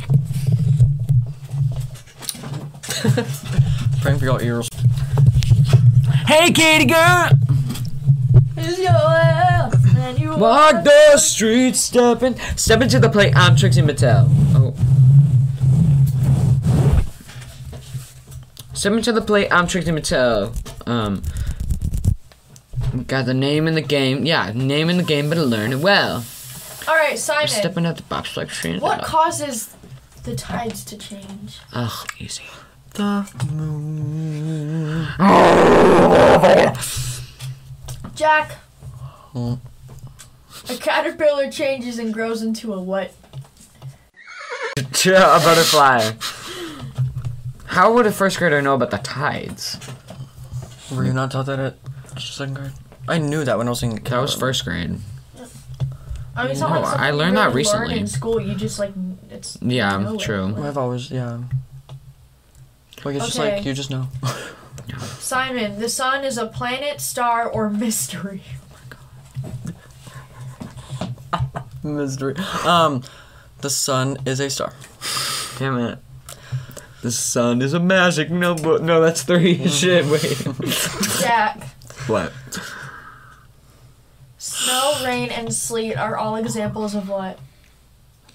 B: Praying for your ears.
A: Hey, kitty girl!
D: Who's your ass? And you
A: Walk the street, stepping, stepping to the plate. I'm Trixie Mattel. Oh. Stepping to the plate. I'm Trixie Mattel. Um. Got the name in the game. Yeah, name in the game, but I learned it well.
D: All right, Simon.
A: Stepping up the box like shit.
D: What causes the tides to change?
A: Ugh, easy.
D: Jack.
A: Hmm.
D: A caterpillar changes and grows into a what?
A: To a butterfly. How would a first grader know about the tides?
B: Were you not taught that at second grade? I knew that when I was in
A: That was first grade.
D: I mean, it's not
A: No,
D: like something
A: Oh, I
D: you
A: learned that
D: really learn
A: recently.
D: in school. You just like n- it's.
A: Yeah,
D: you know it.
A: true.
B: I've always yeah. Like it's just like
D: Okay.
B: you just know.
D: Simon, the sun is a planet, star, or mystery.
B: Mystery. Um the sun is a star.
A: Damn it. The sun is a magic number. No, that's three. Shit, wait.
D: Jack.
A: What?
D: Snow, rain, and sleet are all examples of what?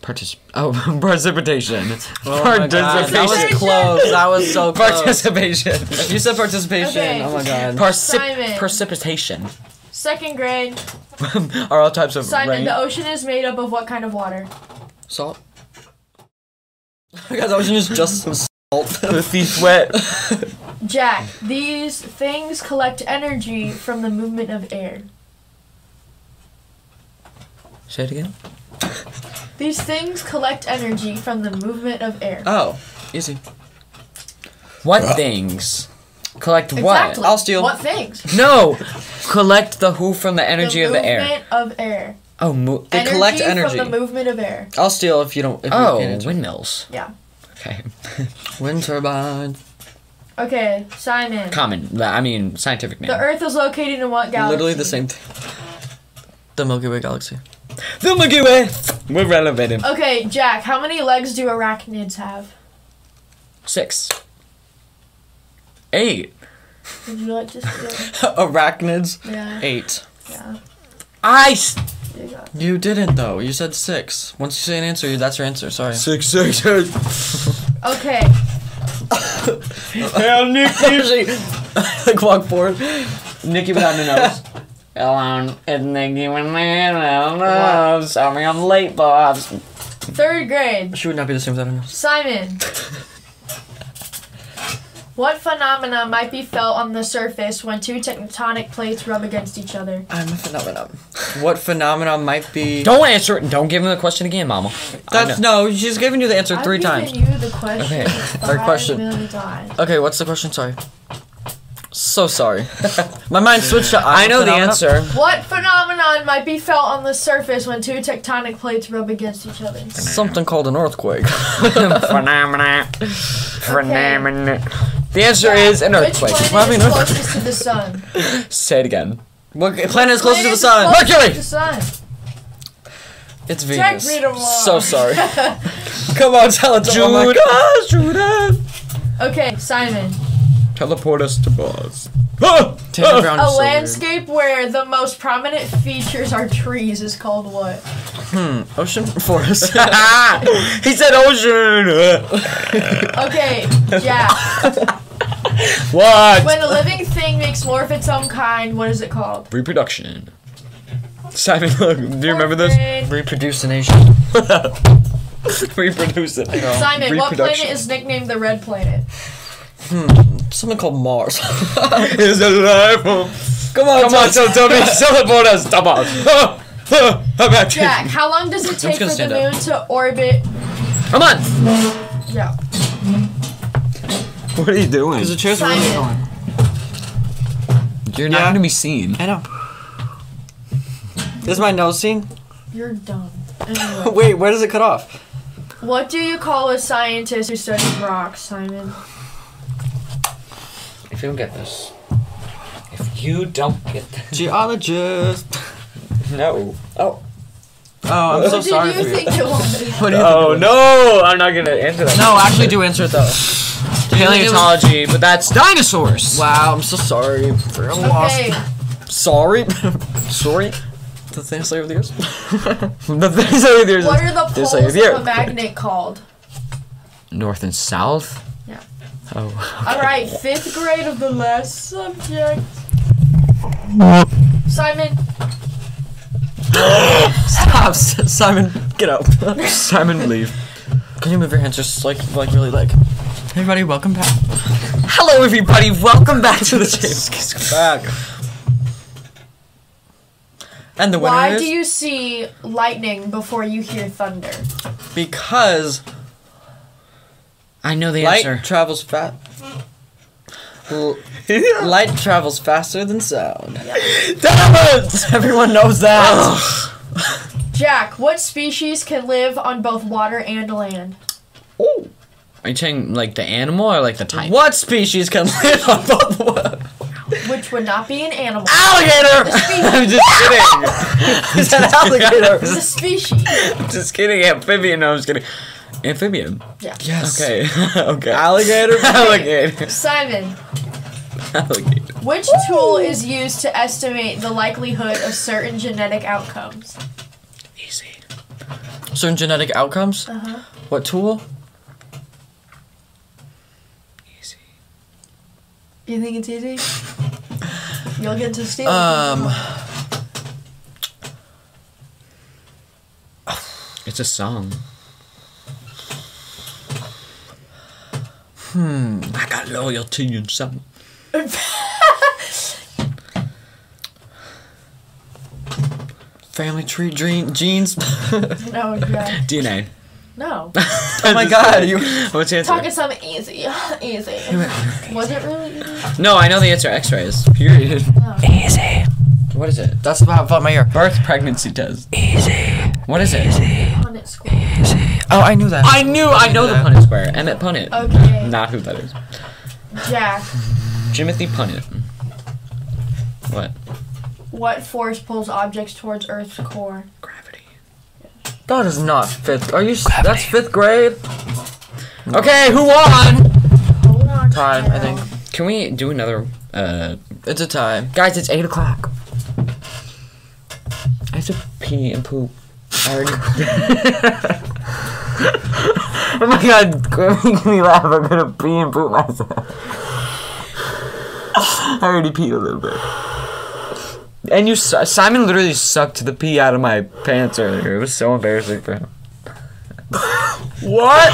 A: Particip- oh, precipitation.
B: Oh my God, That was
A: Participation.
B: close. That was so close.
A: Participation.
B: you said participation.
D: Okay.
B: Oh my god.
A: Parcip-
D: Simon.
A: precipitation.
D: Second grade.
A: Are all types of
D: Simon,
A: rain.
D: the ocean is made up of what kind of water?
B: Salt. Guys, I was just just salt.
A: Feet wet.
D: Jack, these things collect energy from the movement of air.
A: Say it again.
D: These things collect energy from the movement of air.
B: oh, easy.
A: What things? Collect what?
D: exactly.
B: I'll steal.
D: What things?
A: No! Collect the who from the energy of the air.
D: movement of air.
A: Oh, mo-
B: They collect energy.
D: from the movement of air.
B: I'll steal if you don't. If you can't
A: Oh,
B: answer.
A: windmills.
D: Yeah.
A: Okay.
B: wind turbine.
D: Okay, Simon.
A: Common. I mean, scientific name.
D: The Earth is located in what galaxy?
B: Literally the same thing. The Milky Way galaxy.
A: The Milky Way. We're relevated.
D: Okay, Jack. How many legs do arachnids have?
A: Six. Eight.
D: Would you like to steal?
B: Arachnids.
D: Yeah.
B: Eight.
D: Yeah.
B: I. s-
D: You got
B: You didn't though. You said six. Once you say an answer, you- that's your answer. Sorry.
A: Six, six, six.
D: Okay.
A: Hell, Nick,
B: Usually, like walk forward.
A: Nikki without a nose. Hello, it's Nikki without a nose. Sorry, I'm late, Bobs.
D: Third grade.
B: She would uh, not be the same without a nose.
D: Simon. What phenomena might be felt on the surface when two tectonic plates rub against each other?
B: I'm a phenomenon. What phenomenon might be?
A: Don't answer it. Don't give him the question again, Mama.
B: That's no. She's giving you the answer three
D: I've
B: times.
D: given you the question.
B: Okay,
D: a
B: third
D: hundred
B: question.
D: million times.
B: Okay, what's the question? Sorry. So sorry. My mind switched to.
A: I know the
B: phenomenon.
A: answer.
D: What phenomenon might be felt on the surface when two tectonic plates rub against each other?
B: Something called an earthquake.
A: Phenomena. Phenomena. The answer is an earthquake.
D: Which
B: Well, I mean,
D: planet is
B: earthquake.
D: closest to the sun?
A: Say it again.
B: what planet is closer to the
D: Planet is
B: sun?
D: closest
A: Mercury!
D: to the sun.
B: It's
D: Jack,
B: Venus.
D: read 'em all.
B: So sorry. Come on, tell us. Oh my
A: Jude.
B: gosh, Judah.
D: Okay, Simon.
A: Teleport us to Bobs.
B: Tanner Brown
D: A
B: is so weird.
D: landscape where the most prominent features are trees is called what?
B: Ocean forest.
A: he said ocean.
D: Okay, Jack.
A: what?
D: when a living thing makes more of its own kind, what is it called?
A: Reproduction. Simon, look. Do you remember
D: Fourth
A: this?
D: grade.
B: Reproducing.
A: Reproduce it.
D: Simon, what planet
A: Reproduction.
D: is nicknamed the red planet?
B: Something called Mars.
A: Is a life of-
B: Come on,
A: Come on, so tell me, teleport us to Bobs. I'm at you.
D: Jack, how long does it take for
B: gonna
D: the
B: stand up.
D: moon to orbit?
A: Come on.
D: Yeah.
A: What are you doing?
B: Because the chairs were really
D: Simon.
B: going.
A: You're not
B: Yeah.
A: gonna be seen.
B: I know. Is my nose seen?
D: You're dumb. Anyway,
B: Wait, where does it cut off?
D: what do you call a scientist who studies rocks, Simon?
A: If you don't get this, if you don't get this,
B: Geologist.
A: no. Oh.
B: Oh, I'm so
D: what
B: sorry
D: did
B: for
D: you
B: you.
D: think it was?
B: What do you
A: Oh no! I'm not gonna answer that.
B: No, actually do answer it though.
A: Paleontology, but that's dinosaurs.
B: Wow, I'm so sorry. I'm lost.
D: Okay,
B: Sorry. sorry. The things over the years.
A: the things that are there-
D: what are the
B: Just
D: poles
B: like
D: of
B: here.
D: a magnet called?
A: North and south.
D: Yeah.
A: Oh.
D: All right, fifth grade of the last subject. Simon,
B: Stop, S- Simon. Get up.
A: Simon, leave.
B: Can you move your hands just like like really like? Everybody, welcome back.
A: Hello, everybody. Welcome back
B: to the James back. And the winner
D: why
B: is
D: do you see lightning before you hear thunder?
B: because
A: I know the
B: light
A: answer.
B: travels fast. light travels faster than sound. Damn it! Everyone knows that.
D: Jack, what species can live on both water and land?
B: Ooh.
A: Are you saying like the animal or like the type?
B: What species can live on both worlds?
D: Which would not be an animal.
A: Alligator. I'm just kidding.
B: Is that alligator?
D: It's a species.
A: I'm just kidding. Amphibian. No, I'm just kidding. Amphibian.
D: Yeah.
B: Yes.
A: Okay. okay.
B: Alligator.
A: Alligator.
D: Simon,
A: Alligator.
D: which tool is used to estimate the likelihood of certain genetic outcomes?
A: Easy.
B: Certain genetic outcomes.
D: Uh-huh.
B: What tool?
A: Easy.
D: You think it's easy? You'll get to steal.
B: Um.
A: It's a song. Hmm. I got loyalty and something.
B: Family tree dream jeans. oh
D: no, Jack.
A: DNA.
D: No.
B: my god, you
A: What's the answer?
D: Talking some easy, easy. Was it really easy?
A: No, I know the answer. X-rays. Period.
D: No.
A: Oh. Easy. What is it?
B: That's about about my ear.
A: Birth pregnancy test. Easy. What is it?
D: Punnett School.
B: Oh, I knew that.
A: I knew. I know the Punnett Square. Emmett Punnett.
D: Okay,
A: Not who that is.
D: Jack.
A: Jimothy Punnett. What?
D: What force pulls objects towards Earth's core?
A: Gravity.
B: That is not fifth. Are you? s That's fifth grade.
A: Okay, who won?
B: Time, I think.
A: Can we do another? Uh,
B: It's a tie.
A: guys, it's eight o'clock. I have to pee and poop. I already. oh my god, quit making me laugh. I'm gonna pee and poop myself. I already peed a little bit. And you, su- Simon, literally sucked the pee out of my pants earlier. It was so embarrassing for him. what?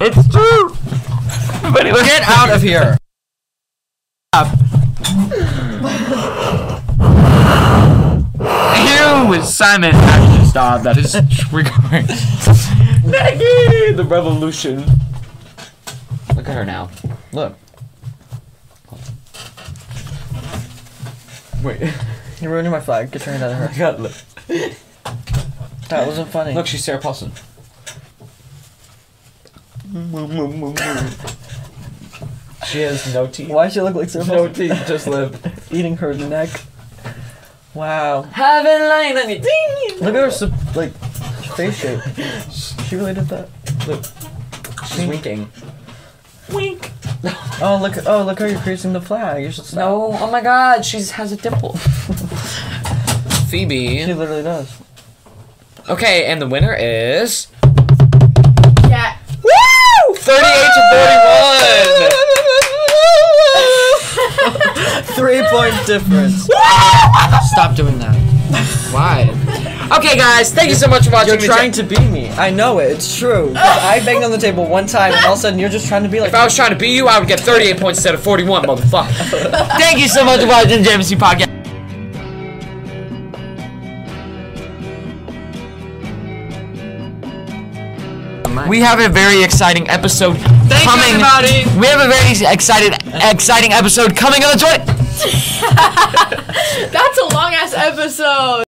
A: It's true. But get out of here.
G: Ew, Simon. I should stop. That is recording. Maggie, the revolution.
A: Look at her now. Look.
G: Wait,
B: You're ruining my flag. Get your hand out of her.
G: God, look.
B: That wasn't funny.
A: Look, she's Sarah Paulson.
G: She has no teeth.
B: Why does she look like Sarah
G: No
B: Paulson?
G: teeth, just lip.
B: Eating her neck. Wow.
A: Haven't lying on your
B: Look at her, sup- like, face shape. She really did that.
A: She's winking.
B: Oh, look, oh, look how you're creasing the flag. You should stop.
A: No, oh my god, she has a dimple.
B: She
A: Phoebe.
B: literally does.
A: Okay, and the winner is.
D: Cat.
A: Woo! 38 to 41!
B: Three point difference. Stop doing that.
A: Why? Okay, guys, thank you so much for watching.
B: You're trying to beat me. I know it. It's true. I banged on the table one time, and all of a sudden you're just trying to be like.
A: If I was trying to beat you, I would get 38 points instead of 41, motherfucker. thank you so much for watching the JMC Podcast. We have a very exciting episode coming.
G: everybody.
A: We have a very excited, exciting episode coming on the 20th.
D: That's a long ass episode.